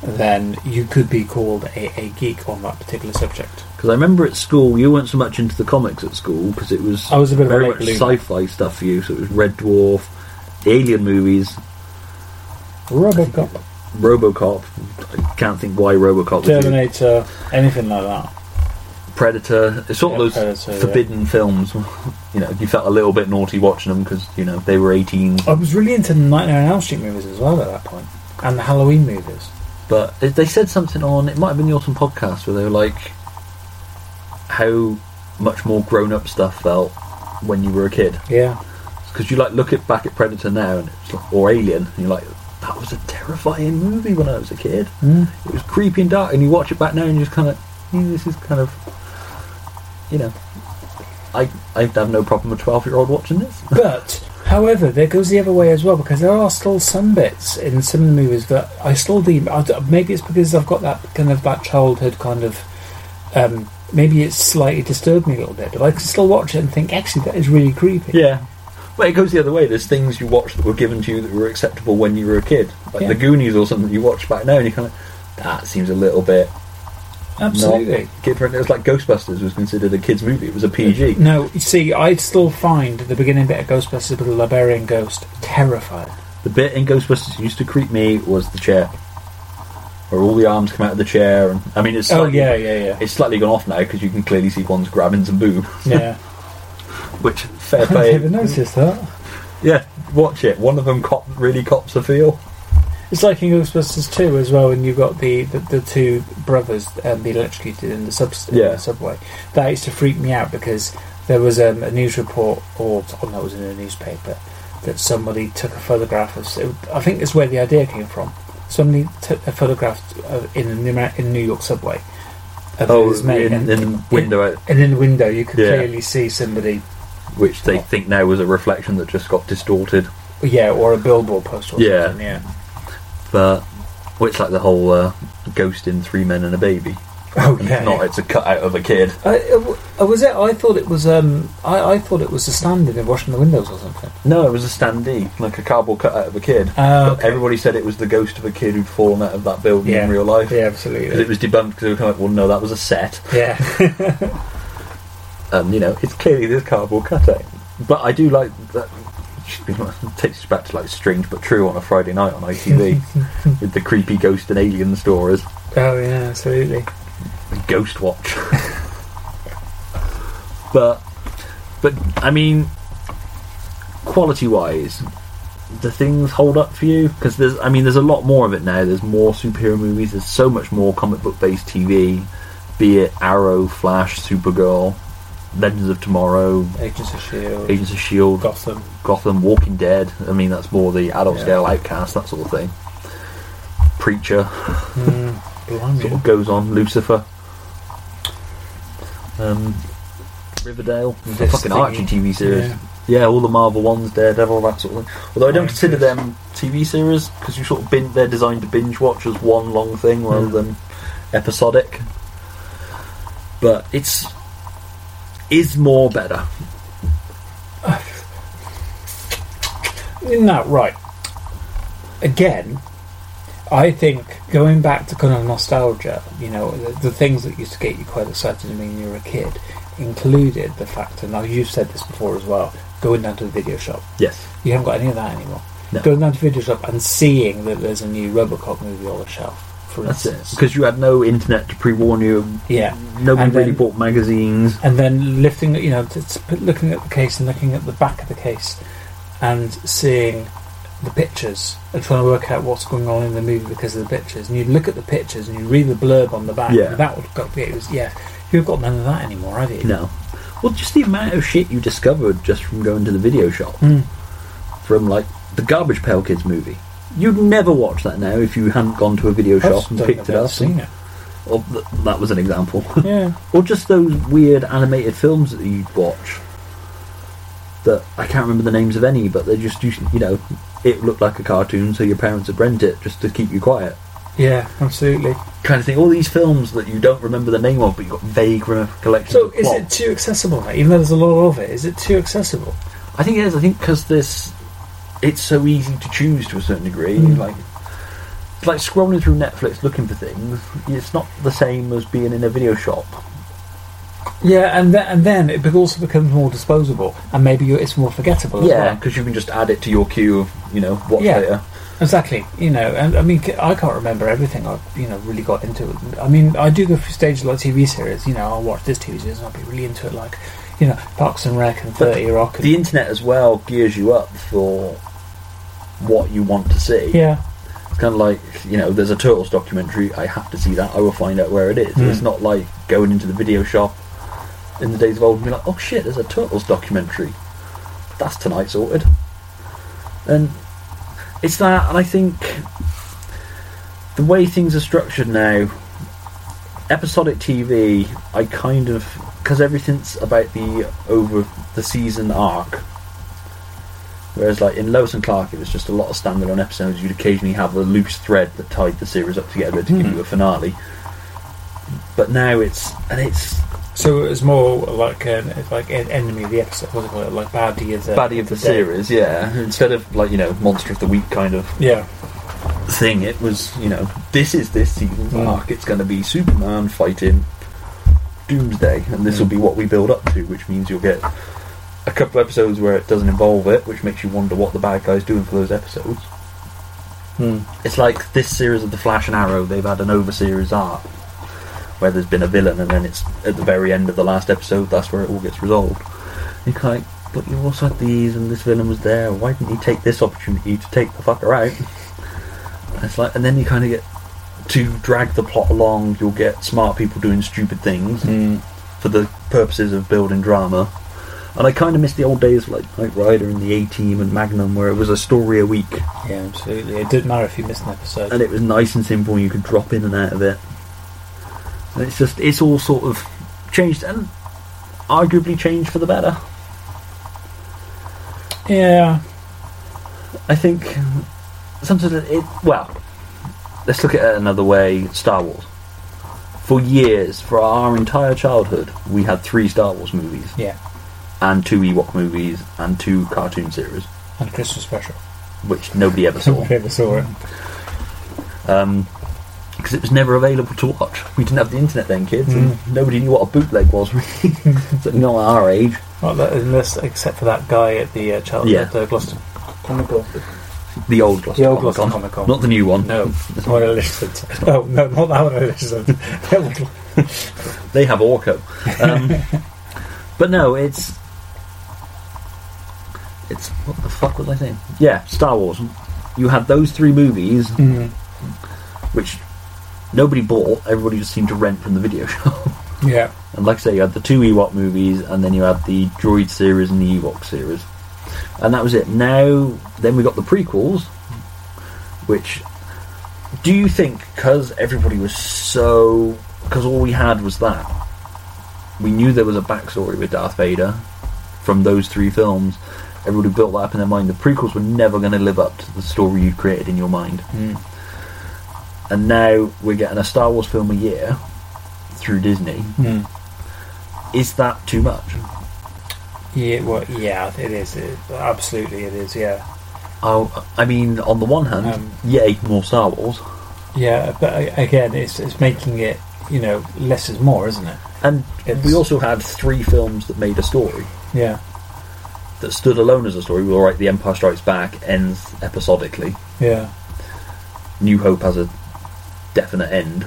Speaker 2: then you could be called a, a geek on that particular subject.
Speaker 1: Because I remember at school, you weren't so much into the comics at school because it was
Speaker 2: I was a bit of a
Speaker 1: very
Speaker 2: late
Speaker 1: much
Speaker 2: bloomer.
Speaker 1: sci-fi stuff for you. So it was Red Dwarf, the Alien movies,
Speaker 2: Robocop,
Speaker 1: RoboCop. I can't think why RoboCop. was in it.
Speaker 2: Terminator, anything like that.
Speaker 1: Predator. It's sort
Speaker 2: Yeah,
Speaker 1: of those
Speaker 2: Predator, yeah.
Speaker 1: forbidden films. You know, you felt a little bit naughty watching them because you know they were eighteen.
Speaker 2: I was really into the Nightmare on Elm Street movies as well at that point, and the Halloween movies.
Speaker 1: But they said something on it might have been the autumn podcast where they were like how much more grown-up stuff felt when you were a kid.
Speaker 2: Yeah.
Speaker 1: because you like look it back at Predator now and it's like, or Alien, and you're like, that was a terrifying movie when I was a kid.
Speaker 2: Mm.
Speaker 1: It was creepy and dark, and you watch it back now and you're just kind of, "Yeah, this is kind of, you know, I I have no problem with twelve year old watching this.
Speaker 2: But, however, there goes the other way as well because there are still some bits in some of the movies that I still deem. I d- Maybe it's because I've got that kind of that childhood kind of. Um, maybe it's slightly disturbed me a little bit, but I can still watch it and think actually that is really creepy.
Speaker 1: Yeah. But it goes the other way. There's things you watch that were given to you that were acceptable when you were a kid, like
Speaker 2: Yeah.
Speaker 1: The Goonies or something. You watch back now and you kind of, that seems a little bit
Speaker 2: Absolutely.
Speaker 1: not kid friendly. It was like Ghostbusters was considered a kids movie. It was a PG.
Speaker 2: No, you see, I still find the beginning bit of Ghostbusters with the librarian ghost terrifying.
Speaker 1: The bit in Ghostbusters that used to creep me was the chair, where all the arms come out of the chair, and I mean it's
Speaker 2: Oh
Speaker 1: slightly,
Speaker 2: yeah, yeah, yeah,
Speaker 1: it's slightly gone off now because you can clearly see one's grabbing some boob,
Speaker 2: yeah.
Speaker 1: which fair
Speaker 2: I never
Speaker 1: play.
Speaker 2: noticed that.
Speaker 1: yeah, watch it. One of them cop really cops a feel.
Speaker 2: It's like in Ghostbusters 2 as well, when you've got the, the, the two brothers um, being electrocuted in the, sub- in
Speaker 1: Yeah.
Speaker 2: the subway. That used to freak me out because there was um, a news report, or oh, no, it was in a newspaper, that somebody took a photograph of. so I think that's where the idea came from. Somebody took a photograph of, in, a New, in New York subway of his mate,
Speaker 1: Oh, in, in
Speaker 2: and,
Speaker 1: the window, uh, out,
Speaker 2: and in the window you could
Speaker 1: Yeah.
Speaker 2: clearly see somebody,
Speaker 1: which they think now was a reflection that just got distorted.
Speaker 2: yeah, or a billboard post or
Speaker 1: Yeah.
Speaker 2: something, yeah.
Speaker 1: But which like the whole uh, ghost in Three Men and a Baby.
Speaker 2: Oh,
Speaker 1: And
Speaker 2: yeah.
Speaker 1: It's not. It's a cutout of a kid.
Speaker 2: I, it w- uh, was it? I thought it was. Um, I, I thought it was a stand-in in washing the windows or something.
Speaker 1: No, it was a standee, like a cardboard cutout of a kid.
Speaker 2: Uh,
Speaker 1: But Everybody said it was the ghost of a kid who'd fallen out of that building
Speaker 2: Yeah.
Speaker 1: in real life.
Speaker 2: yeah,
Speaker 1: 'Cause
Speaker 2: absolutely.
Speaker 1: it was debunked because they were kind of like, well, no, that was a set.
Speaker 2: yeah,
Speaker 1: And, you know, it's clearly this cardboard cutout. But I do like that. It takes us back to, like, Strange But True on a Friday night on ITV with the creepy ghost and alien stories.
Speaker 2: oh yeah, absolutely.
Speaker 1: Ghost Watch. but, but, I mean, quality wise, do things hold up for you? Because there's, I mean, there's a lot more of it now. There's more superhero movies. There's so much more comic book based TV, be it Arrow, Flash, Supergirl, Legends of Tomorrow,
Speaker 2: Agents of Shield,
Speaker 1: Agents of Shield,
Speaker 2: Gotham.
Speaker 1: E Gotham, Walking Dead. I mean, that's more the adult
Speaker 2: Yeah.
Speaker 1: scale Outcast, that sort of thing. Preacher
Speaker 2: Mm,
Speaker 1: sort
Speaker 2: blimey.
Speaker 1: of goes on. Lucifer, um, Riverdale, the
Speaker 2: This
Speaker 1: fucking
Speaker 2: thingy.
Speaker 1: Archie TV series.
Speaker 2: Yeah.
Speaker 1: Yeah. all the Marvel ones, Daredevil, that sort of thing. Although I don't
Speaker 2: Oh,
Speaker 1: consider
Speaker 2: interesting.
Speaker 1: them TV series because you sort of bin- they're designed to binge watch as one long thing rather
Speaker 2: Mm.
Speaker 1: than episodic. But it's is more better.
Speaker 2: No, right. Again, I think going back to kind of nostalgia, you know, the, the things that used to get you quite excited when you were a kid, included the fact, and now you've said this before as well, going down to the video shop.
Speaker 1: Yes.
Speaker 2: You haven't got any of that anymore.
Speaker 1: No.
Speaker 2: Going down to video shop and seeing that there's a new Robocop movie on the shelf, for
Speaker 1: That's it.
Speaker 2: instance.
Speaker 1: Because you had no internet to pre warn you.
Speaker 2: Yeah.
Speaker 1: Nobody
Speaker 2: And then-
Speaker 1: really bought magazines.
Speaker 2: And then lifting, you know, t- t- looking at the case and looking at the back of the case and seeing the pictures and trying to work out what's going on in the movie because of the pictures. And you look at the pictures and you read the blurb on the back.
Speaker 1: Yeah.
Speaker 2: That would got it was yeah. You've got none of that anymore, have you?
Speaker 1: No. Well, just the amount of shit you discovered just from going to the video shop.
Speaker 2: Mm.
Speaker 1: From, like, the Garbage Pail Kids movie. You'd never watch that now if you hadn't gone to a video
Speaker 2: I
Speaker 1: shop
Speaker 2: just
Speaker 1: and
Speaker 2: don't
Speaker 1: picked
Speaker 2: know
Speaker 1: it
Speaker 2: if I've
Speaker 1: up.
Speaker 2: seen it.
Speaker 1: Or th- that was an example.
Speaker 2: Yeah.
Speaker 1: or just those weird animated films that you'd watch. That I can't remember the names of any, but they just, used- you know, it looked like a cartoon, so your parents would rent it just to keep you quiet.
Speaker 2: Yeah, absolutely.
Speaker 1: Kind of thing. All these films that you don't remember the name of, but you've got vague recollections.
Speaker 2: So
Speaker 1: of
Speaker 2: is
Speaker 1: plot.
Speaker 2: it too accessible? Even though there's a lot of it, is it too accessible?
Speaker 1: I think it is. I think because this, it's so easy to choose to a certain degree.
Speaker 2: Mm.
Speaker 1: Like, it's like scrolling through Netflix looking for things. It's not the same as being in a video shop.
Speaker 2: Yeah, and th- and then it be- also becomes more disposable, and maybe you it's more forgettable. as
Speaker 1: Yeah,
Speaker 2: well.
Speaker 1: because uh, you can just add it to your queue of you know watch
Speaker 2: Yeah.
Speaker 1: later.
Speaker 2: exactly. You know, and I mean, c- I can't remember everything I've you know really got into. I mean, I do go through stages like TV series. You know, I'll watch this TV series and I'll be really into it, like you know, Parks and Rec and
Speaker 1: But
Speaker 2: Thirty Rock. And,
Speaker 1: The internet as well gears you up for what you want to see.
Speaker 2: yeah,
Speaker 1: It's kind of like you know, there's a turtles documentary. I have to see that. I will find out where it is.
Speaker 2: Mm.
Speaker 1: It's not like going into the video shop in the days of old and be like, oh shit, there's a turtles documentary. that's tonight sorted. And it's that, and I think the way things are structured now, episodic TV, I kind of because everything's about the over the season arc. Whereas, like in Lois and Clark, it was just a lot of standalone episodes. You'd occasionally have a loose thread that tied the series up together to give you a finale. But now it's and it's
Speaker 2: So it was more like an like an enemy of the episode, wasn't it? Like uh, baddie of the
Speaker 1: baddie of the
Speaker 2: day.
Speaker 1: series, yeah. Instead of like you know monster of the week kind of
Speaker 2: Yeah,
Speaker 1: thing, it was you know this is this season's
Speaker 2: Mm.
Speaker 1: arc. It's going to be Superman fighting Doomsday, and this will be what we build up to, which means you'll get a couple episodes where it doesn't involve it, which makes you wonder what the bad guy's doing for those episodes.
Speaker 2: Hmm.
Speaker 1: It's like this series of the Flash and Arrow. They've had an over series arc where there's been a villain, and then it's at the very end of the last episode. That's where it all gets resolved. You're kind of like, but you also had these, and this villain was there. Why didn't you take this opportunity to take the fucker out? And it's like, and then you kind of get to drag the plot along. You'll get smart people doing stupid things for the purposes of building drama. And I kind of miss the old days like Knight Rider and the A Team and Magnum, where it was a story a week
Speaker 2: yeah, absolutely. It didn't matter if you missed an episode.
Speaker 1: and it was nice and simple. and You could drop in and out of it. And it's just it's all sort of changed and arguably changed for the better.
Speaker 2: yeah,
Speaker 1: I think sometimes it, it well. Let's look at it another way. Star Wars. For years, for our entire childhood, we had three Star Wars movies
Speaker 2: yeah,
Speaker 1: and two Ewok movies and two cartoon series,
Speaker 2: and a Christmas special.
Speaker 1: which nobody ever saw.
Speaker 2: Nobody ever saw it.
Speaker 1: um, because it was never available to watch. We didn't have the internet then, kids,
Speaker 2: Mm.
Speaker 1: and nobody knew what a bootleg was. Really, Certainly not at our age.
Speaker 2: Not that, unless except for that guy at the uh, Charles
Speaker 1: Yeah.
Speaker 2: at the Gloucester Comic Con.
Speaker 1: The old Gloucester
Speaker 2: The old
Speaker 1: Comic
Speaker 2: Gloucester
Speaker 1: Con,
Speaker 2: Comic Con.
Speaker 1: not the new one.
Speaker 2: No, the one I listened. to. Oh no, not that one I listened. to. That one-
Speaker 1: They have Orco. Um, but no, it's it's what the fuck was I saying? Yeah, Star Wars. You had those three movies, which nobody bought. Everybody just seemed to rent from the video shop.
Speaker 2: Yeah,
Speaker 1: And like I say, you had the two Ewok movies, and then you had the Droid series and the Ewok series, and that was it. Now, then we got the prequels, which do you think because everybody was so because all we had was that we knew there was a backstory with Darth Vader from those three films. Everybody built that up in their mind. The prequels were never going to live up to the story you created in your mind. And now we're getting a Star Wars film a year through Disney
Speaker 2: Mm.
Speaker 1: is that too much?
Speaker 2: yeah, well, yeah, it is. It, absolutely, it is. Yeah,
Speaker 1: Oh, I mean, on the one hand,
Speaker 2: Um,
Speaker 1: yay, more Star Wars,
Speaker 2: yeah, but a- again, it's it's making it you know less is more, isn't it?
Speaker 1: and
Speaker 2: It's-
Speaker 1: we also had three films that made a story
Speaker 2: Yeah,
Speaker 1: that stood alone as a story. Well, right, The Empire Strikes Back ends episodically.
Speaker 2: yeah,
Speaker 1: New Hope has a definite end.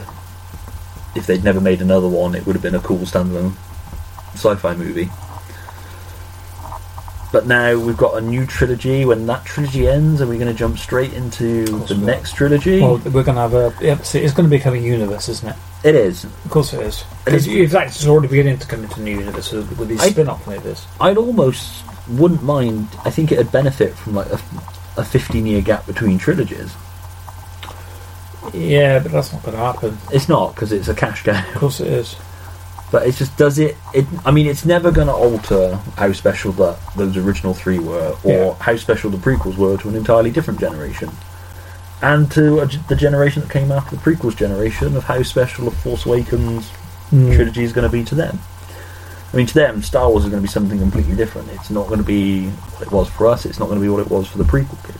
Speaker 1: If they'd never made another one, it would have been a cool standalone sci-fi movie. But now we've got a new trilogy. When that trilogy ends, are we going to jump straight into
Speaker 2: course
Speaker 1: the
Speaker 2: we are.
Speaker 1: next trilogy?
Speaker 2: Well, we're going to have a. yeah, so It's going to become a universe, isn't it?
Speaker 1: it is.
Speaker 2: Of course it is.
Speaker 1: It is.
Speaker 2: Because in fact, it's already beginning to come into new universe with, with these
Speaker 1: I-
Speaker 2: spin-off movies.
Speaker 1: I'd almost wouldn't mind. I think it'd benefit from like a, a fifteen year gap between trilogies.
Speaker 2: Yeah, but that's not going to happen.
Speaker 1: It's not because it's a cash cow,
Speaker 2: Of course it is.
Speaker 1: but it's just does it, it? I mean, it's never going to alter how special that those original three were, or
Speaker 2: Yeah.
Speaker 1: how special the prequels were to an entirely different generation, and to a, the generation that came after the prequels generation of how special the Force Awakens
Speaker 2: Hmm.
Speaker 1: trilogy is going to be to them. I mean, to them, Star Wars is going to be something completely different. It's not going to be what it was for us. It's not going to be what it was for the prequel kids.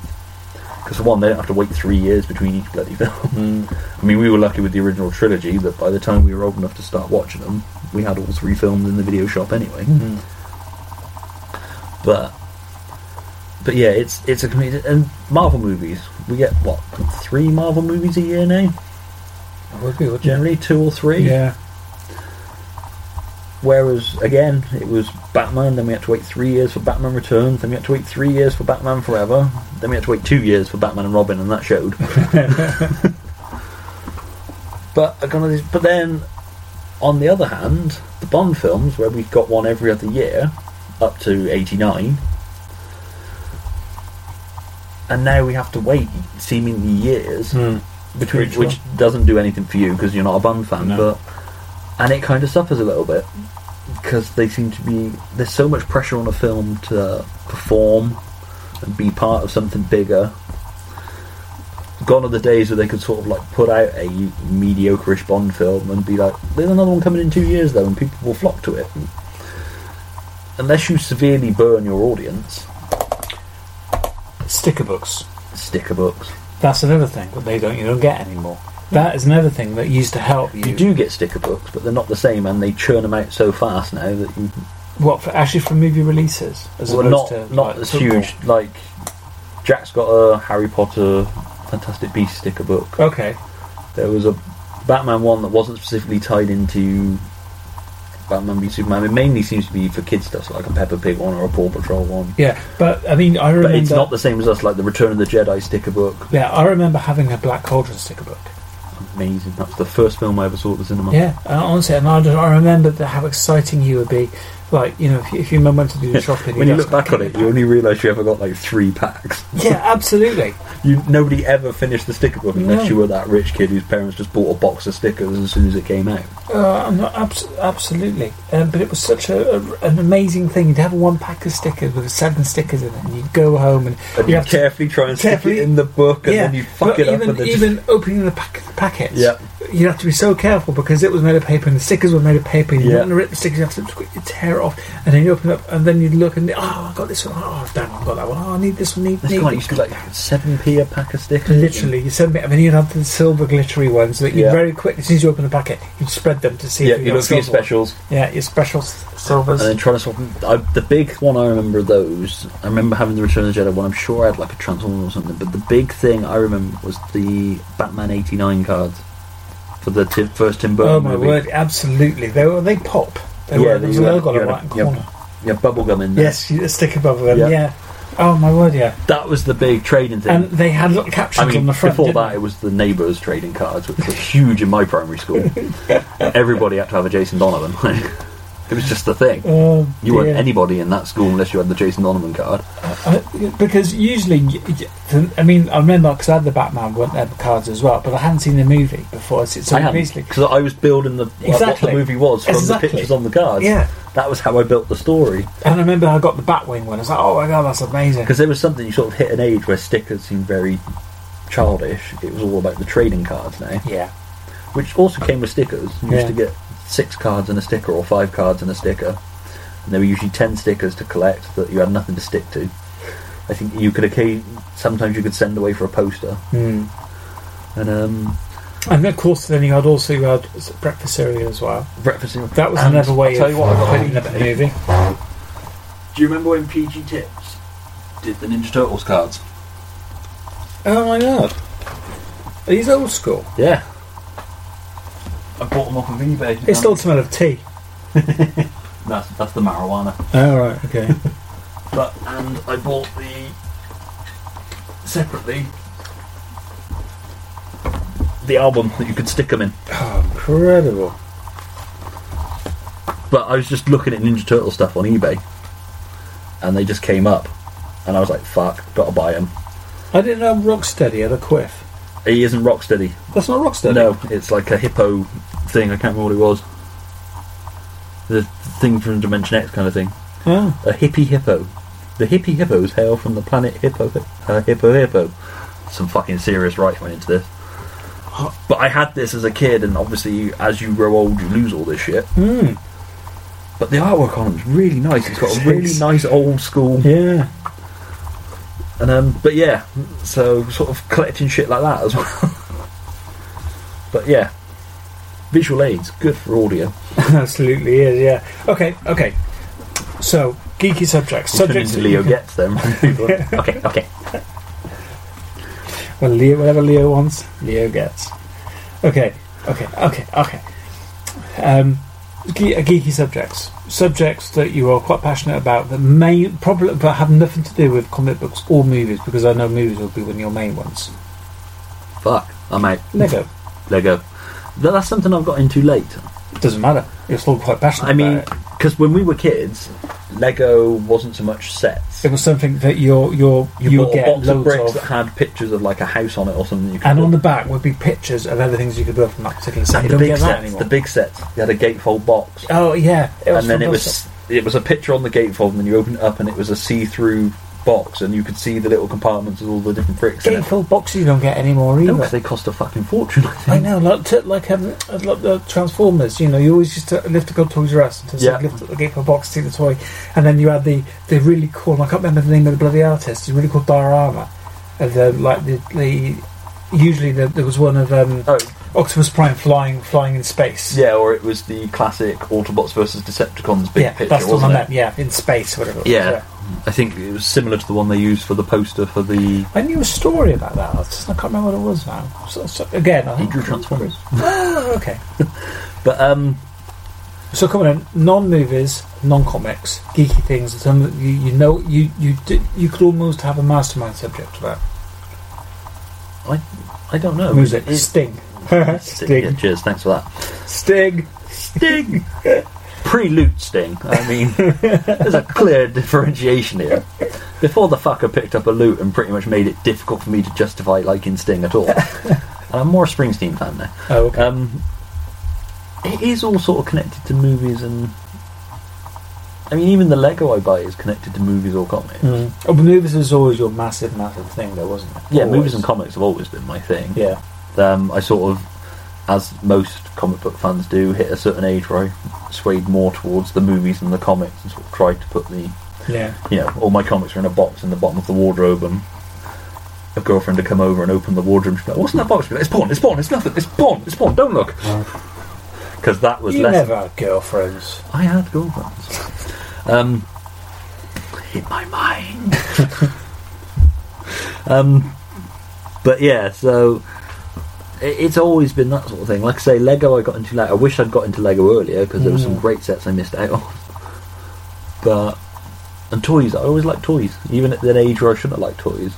Speaker 1: Because for one, they don't have to wait three years between each bloody film. I mean, we were lucky with the original trilogy that by the time we were old enough to start watching them, we had all three films in the video shop anyway.
Speaker 2: Hmm.
Speaker 1: But but yeah, it's it's a complete and Marvel movies. We get what three Marvel movies a year now?
Speaker 2: It would be, wouldn't
Speaker 1: Generally, two or
Speaker 2: it?
Speaker 1: three.
Speaker 2: Yeah.
Speaker 1: Whereas again, it was Batman. Then we had to wait three years for Batman Returns. Then we had to wait three years for Batman Forever. Then we had to wait two years for Batman and Robin, and that showed. but I kind of, but then, on the other hand, the Bond films, where we got one every other year, up to eighty nine, and now we have to wait seemingly years
Speaker 2: Mm.
Speaker 1: between
Speaker 2: Which
Speaker 1: which doesn't do anything for you because you're not a Bond fan,
Speaker 2: No.
Speaker 1: but and it kind of suffers a little bit because they seem to be there's so much pressure on a film to perform and be part of something bigger. Gone are the days where they could sort of like put out a mediocre-ish Bond film and be like, "There's another one coming in two years though," and people will flock to it. Unless you severely burn your audience,
Speaker 2: Sticker books.
Speaker 1: sticker books.
Speaker 2: That's another thing that they don't you don't get anymore. That is another thing that used to help you.
Speaker 1: You Mm. do get sticker books, but they're not the same, and they churn them out so fast now that you
Speaker 2: what for, actually for movie releases as
Speaker 1: well,
Speaker 2: opposed
Speaker 1: not
Speaker 2: to
Speaker 1: not
Speaker 2: like,
Speaker 1: as
Speaker 2: football.
Speaker 1: huge. Like Jack's got a Harry Potter, Fantastic Beast sticker book.
Speaker 2: Okay.
Speaker 1: There was a Batman one that wasn't specifically tied into Batman v Superman. It mainly seems to be for kids stuff, so like a Peppa Pig one or a Paw Patrol one.
Speaker 2: Yeah, but I mean, I remember.
Speaker 1: But it's not the same as us, like the Return of the Jedi sticker book.
Speaker 2: yeah, I remember having a Black Cauldron sticker book.
Speaker 1: Amazing. That was the first film I ever saw at the cinema.
Speaker 2: Yeah, and honestly, and I, just- I remember that how exciting you would be. Like, you know, if you, if you remember when to do the shopping,
Speaker 1: When you
Speaker 2: just
Speaker 1: look back
Speaker 2: go,
Speaker 1: on it, you only realise you ever got like three packs.
Speaker 2: Yeah, absolutely.
Speaker 1: You nobody ever finished the sticker book unless
Speaker 2: No.
Speaker 1: you were that rich kid whose parents just bought a box of stickers as soon as it came out.
Speaker 2: Uh, I'm not abs- absolutely. Um, but it was such a, a, an amazing thing. You'd have one pack of stickers with seven stickers in it, and you'd go home and
Speaker 1: And
Speaker 2: you'd
Speaker 1: you
Speaker 2: have to-
Speaker 1: carefully try and
Speaker 2: carefully-
Speaker 1: stick it in the book, and
Speaker 2: yeah,
Speaker 1: then you fuck
Speaker 2: but
Speaker 1: it up,
Speaker 2: even,
Speaker 1: and then
Speaker 2: even opening the pack- packets,
Speaker 1: Yep.
Speaker 2: you'd have to be so careful because it was made of paper and the stickers were made of paper. You
Speaker 1: Yeah.
Speaker 2: wouldn't rip the stickers, you have to quickly tear it off, and then you open it up, and then you'd look and oh, I got this one. Oh, damn, I've got that one. Oh, I need this one. Need,
Speaker 1: this
Speaker 2: need
Speaker 1: guy used to be like seven p a pack of stickers.
Speaker 2: Literally, you send me, and then you'd have the silver glittery ones that you
Speaker 1: Yeah.
Speaker 2: very quick, as soon as you open the packet, you'd spread them to see
Speaker 1: yeah,
Speaker 2: if you
Speaker 1: you
Speaker 2: got
Speaker 1: look for your
Speaker 2: silver one.
Speaker 1: specials,
Speaker 2: Yeah, your special s- silvers.
Speaker 1: and then trying to swap. 'em. I, the big one I remember of those. I remember having the Return of the Jedi one. I'm sure I had like a Transformer or something, but the big thing I remember was the Batman '89 cards for the t- first Tim Burton
Speaker 2: oh my
Speaker 1: movie.
Speaker 2: word, absolutely. They were, they pop. They
Speaker 1: Yeah,
Speaker 2: were, there was a
Speaker 1: you had-
Speaker 2: logo on
Speaker 1: you
Speaker 2: the
Speaker 1: had a-
Speaker 2: right
Speaker 1: yep.
Speaker 2: corner.
Speaker 1: You have bubblegum in there.
Speaker 2: Yes, you- a stick above them,
Speaker 1: Yeah.
Speaker 2: yeah. Oh my word, yeah.
Speaker 1: that was the big trading thing.
Speaker 2: And they had little captions
Speaker 1: I mean,
Speaker 2: on the front.
Speaker 1: before
Speaker 2: didn't
Speaker 1: that, it was the neighbours trading cards, which was huge in my primary school. Everybody had to have a Jason Donovan. it was just the
Speaker 2: they?
Speaker 1: thing.
Speaker 2: Oh,
Speaker 1: You weren't
Speaker 2: dear.
Speaker 1: anybody in that school unless you had the Jason Donovan card.
Speaker 2: I- because usually, y- y- the- I mean, I remember because I had the Batman one, uh, cards as well, but I hadn't seen the movie before. I
Speaker 1: I
Speaker 2: so
Speaker 1: hadn't,
Speaker 2: recently.
Speaker 1: 'cause I was building the like, what
Speaker 2: Exactly.
Speaker 1: the movie was from
Speaker 2: Exactly.
Speaker 1: the pictures on the cards.
Speaker 2: Yeah,
Speaker 1: That was how I built the story.
Speaker 2: and I remember I got the Batwing one. I was like, oh my god, that's amazing.
Speaker 1: Because there was something you sort of hit an age where stickers seemed very childish. It was all about the trading cards now,
Speaker 2: Yeah,
Speaker 1: which also came with stickers. You
Speaker 2: Yeah.
Speaker 1: used to get six cards and a sticker, or five cards and a sticker. And there were usually ten stickers to collect that you had nothing to stick to. I think you could occa- sometimes you could send away for a poster,
Speaker 2: Hmm.
Speaker 1: and um,
Speaker 2: and of course, then you had also you had s- breakfast cereal as well.
Speaker 1: breakfast.
Speaker 2: That was
Speaker 1: and
Speaker 2: another way
Speaker 1: I'll tell you
Speaker 2: of
Speaker 1: what, I got
Speaker 2: putting up the
Speaker 1: holiday.
Speaker 2: movie.
Speaker 1: Do you remember when PG Tips did the Ninja Turtles cards?
Speaker 2: Oh my god, he's old school.
Speaker 1: Yeah. I bought them off of eBay.
Speaker 2: It still smell of tea.
Speaker 1: that's, that's the marijuana.
Speaker 2: Oh right, okay.
Speaker 1: But and I bought the separately the album that you could stick them in.
Speaker 2: oh, incredible.
Speaker 1: But I was just looking at Ninja Turtle stuff on eBay, and they just came up, and I was like, "Fuck, gotta buy him."
Speaker 2: I didn't know Rocksteady had a quiff.
Speaker 1: He isn't Rocksteady.
Speaker 2: That's not Rocksteady.
Speaker 1: No, it's like a hippo thing. I can't remember what it was. The thing from Dimension X kind of thing.
Speaker 2: Oh.
Speaker 1: A hippie hippo. The hippie hippos hail from the planet Hippo uh, Hippo Hippo. Some fucking serious rights went into this. But I had this as a kid, and obviously, as you grow old, you lose all this shit.
Speaker 2: Mm.
Speaker 1: But the artwork on it's really nice. It's got a really nice old school.
Speaker 2: Yeah.
Speaker 1: And um, but yeah, so sort of collecting shit like that as well. but yeah, visual aids good for audio.
Speaker 2: Absolutely is, yeah. Okay, okay. So, geeky subjects.
Speaker 1: We'll turn into
Speaker 2: Subjects. that
Speaker 1: Leo
Speaker 2: you can-
Speaker 1: gets them. okay, okay.
Speaker 2: Well, Leo, whatever Leo wants, Leo gets. Okay, okay, okay, okay. Um, ge- uh, geeky subjects. Subjects that you are quite passionate about that may probably but have nothing to do with comic books or movies because I know movies will be one of your main ones.
Speaker 1: Fuck, I'm out.
Speaker 2: Lego
Speaker 1: Lego. Th- That's something I've got into late.
Speaker 2: doesn't matter. You're still quite passionate.
Speaker 1: I mean,
Speaker 2: about it.
Speaker 1: because when we were kids, Lego wasn't so much sets.
Speaker 2: It was something that you're, you're,
Speaker 1: You,
Speaker 2: you would
Speaker 1: bought a
Speaker 2: get
Speaker 1: box
Speaker 2: loads
Speaker 1: of bricks that
Speaker 2: of.
Speaker 1: had pictures of like a house on it or something. You could
Speaker 2: And
Speaker 1: build.
Speaker 2: on the back would be pictures of other things you could build from that particular set.
Speaker 1: And
Speaker 2: You
Speaker 1: the
Speaker 2: don't
Speaker 1: big
Speaker 2: get that
Speaker 1: sets,
Speaker 2: anymore.
Speaker 1: the big sets, you had a gatefold box,
Speaker 2: oh, yeah. It was
Speaker 1: and then it
Speaker 2: fantastic.
Speaker 1: was it was a picture on the gatefold, and then you opened it up, and it was a see-through box, and you could see the little compartments with all the different bricks. in it.
Speaker 2: Gatefold boxes you don't get anymore
Speaker 1: No,
Speaker 2: either.
Speaker 1: 'cause they cost a fucking fortune. I
Speaker 2: I
Speaker 1: think.
Speaker 2: know, like t- like um, like the Transformers. You know, you always used to lift a good Toys R Us and just
Speaker 1: Yeah.
Speaker 2: lift the gate for a box to see the toy, and then you had the the really cool. I can't remember the name of the bloody artist. It's really cool diorama. Of the like the, the usually the, there was one of um,
Speaker 1: Oh,
Speaker 2: Octopus Prime flying flying in space.
Speaker 1: yeah, or it was the classic Autobots versus Decepticons big
Speaker 2: yeah,
Speaker 1: picture,
Speaker 2: that's the one
Speaker 1: wasn't
Speaker 2: I
Speaker 1: it?
Speaker 2: meant. Yeah, in space, whatever. It was,
Speaker 1: Yeah. I think it was similar to the one they used for the poster for the.
Speaker 2: I knew a story about that artist. I can't remember what it was now. So, so- again, I
Speaker 1: He
Speaker 2: think
Speaker 1: drew Transformers.
Speaker 2: Oh, okay.
Speaker 1: But um,
Speaker 2: So coming in, non-movies, non-comics, geeky things. Some that you, you know you you do, you could almost have a mastermind subject about
Speaker 1: I don't know.
Speaker 2: music.
Speaker 1: It's-
Speaker 2: Sting,
Speaker 1: Sting. Oh, Yeah,
Speaker 2: Sting,
Speaker 1: cheers. Thanks for that.
Speaker 2: Sting.
Speaker 1: Sting. Prelude Sting. I mean, there's a clear differentiation here. Before the fucker picked up a lute and pretty much made it difficult for me to justify liking Sting at all. and I'm more a Springsteen fan now.
Speaker 2: Oh, okay.
Speaker 1: Um, it is all sort of connected to movies and. I mean, even the Lego I buy is connected to movies or comics.
Speaker 2: Mm. Oh, but movies was always your massive, massive thing, though, wasn't it?
Speaker 1: Yeah,
Speaker 2: Always.
Speaker 1: movies and comics have always been my thing.
Speaker 2: Yeah,
Speaker 1: Um, I sort of, as most comic book fans do, hit a certain age where I swayed more towards the movies and the comics and sort of tried to put the,
Speaker 2: yeah.
Speaker 1: you know, all my comics are in a box in the bottom of the wardrobe and a girlfriend to come over and open the wardrobe and she'd be like, what's in that box? She'd be like, it's porn, it's porn, it's nothing, it's porn, it's porn, don't look. Because that was
Speaker 2: You
Speaker 1: less...
Speaker 2: never had girlfriends.
Speaker 1: I had girlfriends. um, in my mind. um, but yeah, so i- it's always been that sort of thing. Like I say, Lego I got into later. I wish I'd got into Lego earlier because there were some
Speaker 2: Mm.
Speaker 1: great sets I missed out on. But and toys, I always liked toys, even at an age where I shouldn't have liked toys.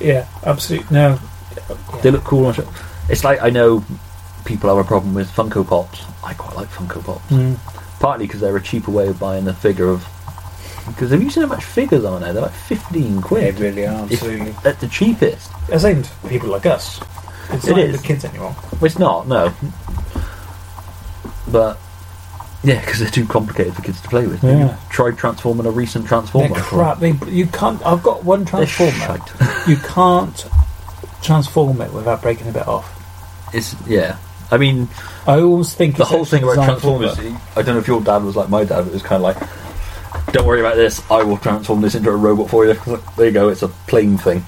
Speaker 2: Yeah, absolutely. No,
Speaker 1: They look cool on show. It's like I know people have a problem with Funko Pops. I quite like Funko Pops.
Speaker 2: Mm.
Speaker 1: partly because they're a cheaper way of buying a figure of. Because have you seen how much figures are now? They're like fifteen
Speaker 2: they
Speaker 1: quid
Speaker 2: really are.
Speaker 1: If-
Speaker 2: Absolutely.
Speaker 1: at the cheapest.
Speaker 2: It's aimed for people like us. It's
Speaker 1: It
Speaker 2: not aimed
Speaker 1: is. Oh
Speaker 2: for kids anymore.
Speaker 1: Well, It's not no, but yeah, because they're too complicated for kids to play with.
Speaker 2: Yeah.
Speaker 1: You tried transforming a recent transformer.
Speaker 2: They're crap. They, you can't. I've got one
Speaker 1: They're
Speaker 2: transformer.
Speaker 1: shite.
Speaker 2: you can't transform it without breaking a bit off.
Speaker 1: It's yeah. I mean,
Speaker 2: I always think
Speaker 1: the
Speaker 2: it's
Speaker 1: whole thing
Speaker 2: actually
Speaker 1: about
Speaker 2: designed for
Speaker 1: transformers. I don't know if your dad was like my dad. But it was kind of like, don't worry about this. I will transform this into a robot for you. There you go. It's a plane thing.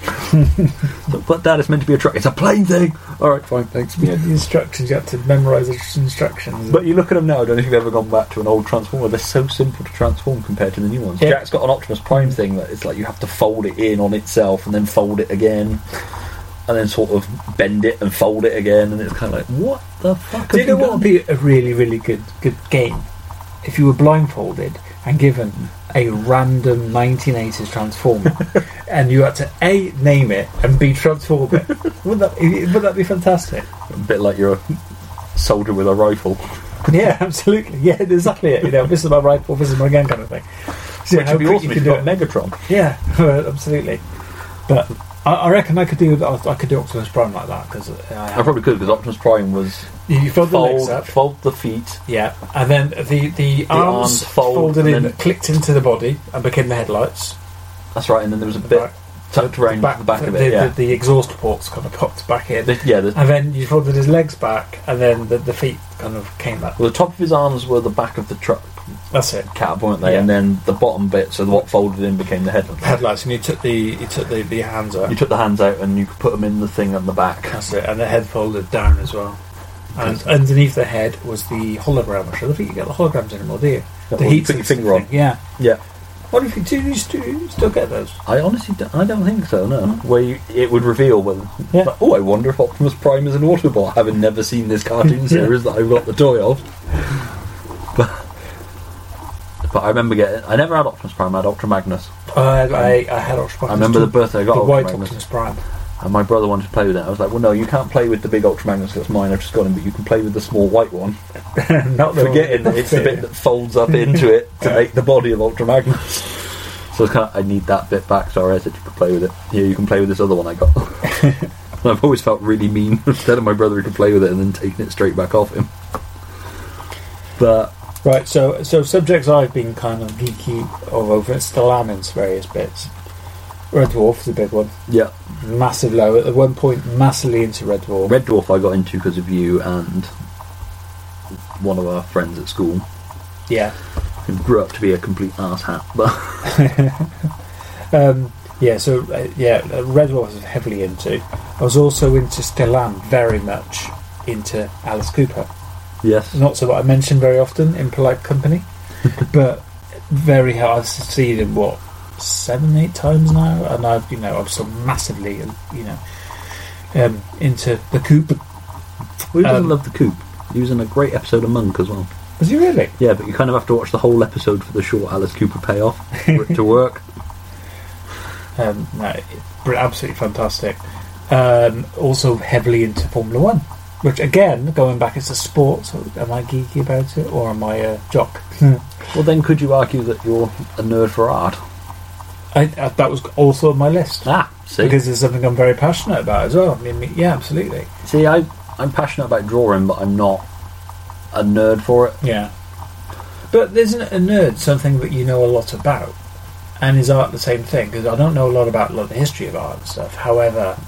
Speaker 1: so, but dad, it's meant to be a truck. It's a plane thing. All right, fine, thanks.
Speaker 2: that. You know, the instructions you have to memorise the instructions.
Speaker 1: But you look at them now. I don't know if you've ever gone back to an old transformer. They're so simple to transform compared to the new ones.
Speaker 2: Yeah. Mm.
Speaker 1: Jack's got an Optimus Prime thing that it's like you have to fold it in on itself and then fold it again, and then sort of bend it and fold it again. And it's kind of like, what the fuck?
Speaker 2: do you
Speaker 1: have
Speaker 2: know what
Speaker 1: done?
Speaker 2: would be a really really good good game if you were blindfolded and given a random 1980s transformer and you had to a name it and b transform it wouldn't that would that be fantastic
Speaker 1: a bit like you're a soldier with a rifle?
Speaker 2: yeah absolutely yeah exactly it you know this is my rifle this is my gun kind of thing See
Speaker 1: Which
Speaker 2: how
Speaker 1: would be
Speaker 2: quick
Speaker 1: awesome
Speaker 2: you
Speaker 1: if you
Speaker 2: can do
Speaker 1: got
Speaker 2: it.
Speaker 1: Megatron.
Speaker 2: Yeah, absolutely. But I, I reckon I could do I, I could do Optimus Prime like that because
Speaker 1: I probably could because Optimus Prime was
Speaker 2: you fold the legs
Speaker 1: fold,
Speaker 2: up,
Speaker 1: fold the feet.
Speaker 2: yeah, and then the the,
Speaker 1: arms
Speaker 2: arms,
Speaker 1: fold
Speaker 2: folded
Speaker 1: and
Speaker 2: in,
Speaker 1: then-
Speaker 2: clicked into the body, and became the headlights.
Speaker 1: That's right. And then there was a
Speaker 2: The
Speaker 1: bit
Speaker 2: back-
Speaker 1: tucked around the back, of
Speaker 2: the,
Speaker 1: it. yeah.
Speaker 2: the, the exhaust ports kind of popped back in,
Speaker 1: The- yeah, the-
Speaker 2: and then you folded his legs back, and then the, the feet kind of came up.
Speaker 1: well, the top of his arms were the back of the truck.
Speaker 2: That's it.
Speaker 1: cab, weren't they?
Speaker 2: Yeah.
Speaker 1: And then the bottom bit, so what folded in became the headlamp.
Speaker 2: Headlights, and you took the you took the, the hands out.
Speaker 1: You took the hands out and you could put them in the thing on the back.
Speaker 2: That's it, and the head folded down as well. And underneath the head was the hologram. Which I don't think you get the holograms anymore, do you?
Speaker 1: Well,
Speaker 2: the
Speaker 1: you put your
Speaker 2: sensitive
Speaker 1: finger on.
Speaker 2: thing, Yeah.
Speaker 1: Yeah,
Speaker 2: What if you do? You still, you still get those?
Speaker 1: I honestly, don't, I don't think so. No, where you, it would reveal whether.
Speaker 2: Yeah.
Speaker 1: Like, oh, I wonder if Optimus Prime is an Autobot, having never seen this cartoon series that I've got the toy of. But, but I remember getting. I never had Optimus Prime. I had Ultra Magnus.
Speaker 2: I, I, I had Optimus.
Speaker 1: I remember the
Speaker 2: Prime,
Speaker 1: birthday I got
Speaker 2: the
Speaker 1: Ultra
Speaker 2: white
Speaker 1: Magnus,
Speaker 2: Optimus Prime.
Speaker 1: And my brother wanted to play with it. I was like, well, no, you can't play with the big Ultramagnus that's mine, I've just got him, but you can play with the small white one.
Speaker 2: Not the
Speaker 1: Forgetting that it's the bit that folds up into it to make the body of Ultramagnus. So it's kind of, I need that bit back, so I said you can play with it. Here, you can play with this other one I got. And I've always felt really mean telling my brother he could play with it and then taking it straight back off him. But
Speaker 2: Right, so so subjects I've been kind of geeky all over. It's the Lamin's various bits. Red Dwarf's the big one.
Speaker 1: yeah,
Speaker 2: Massive low. At one point, massively into Red Dwarf.
Speaker 1: Red Dwarf I got into because of you and one of our friends at school
Speaker 2: Yeah.
Speaker 1: who grew up to be a complete arse hat. But
Speaker 2: Um, yeah, so uh, yeah, uh, Red Dwarf I was heavily into. I was also into Stellan very much, into Alice Cooper.
Speaker 1: yes,
Speaker 2: Not so what I mention very often in polite company, but very hard. I've succeeded in what seven, eight times now, and I've you know I'm so massively you know um, into the Cooper.
Speaker 1: who doesn't
Speaker 2: um,
Speaker 1: love the coop? He was in a great episode of Monk as well.
Speaker 2: Was he really?
Speaker 1: Yeah, but you kind of have to watch the whole episode for the short Alice Cooper payoff for it to work.
Speaker 2: Um, no, br- absolutely fantastic. Um, also heavily into Formula One, which again, going back, it's a sport. So am I geeky about it or am I a jock?
Speaker 1: Well, then could you argue that you're a nerd for art?
Speaker 2: I, I, that was also on my list
Speaker 1: Ah, see,
Speaker 2: because there's something I'm very passionate about as well. I mean, yeah, absolutely.
Speaker 1: see, I I'm passionate about drawing, but I'm not a nerd for it.
Speaker 2: Yeah. But isn't a nerd something that you know a lot about? And is art the same thing? Because I don't know a lot about like, the history of art and stuff. However,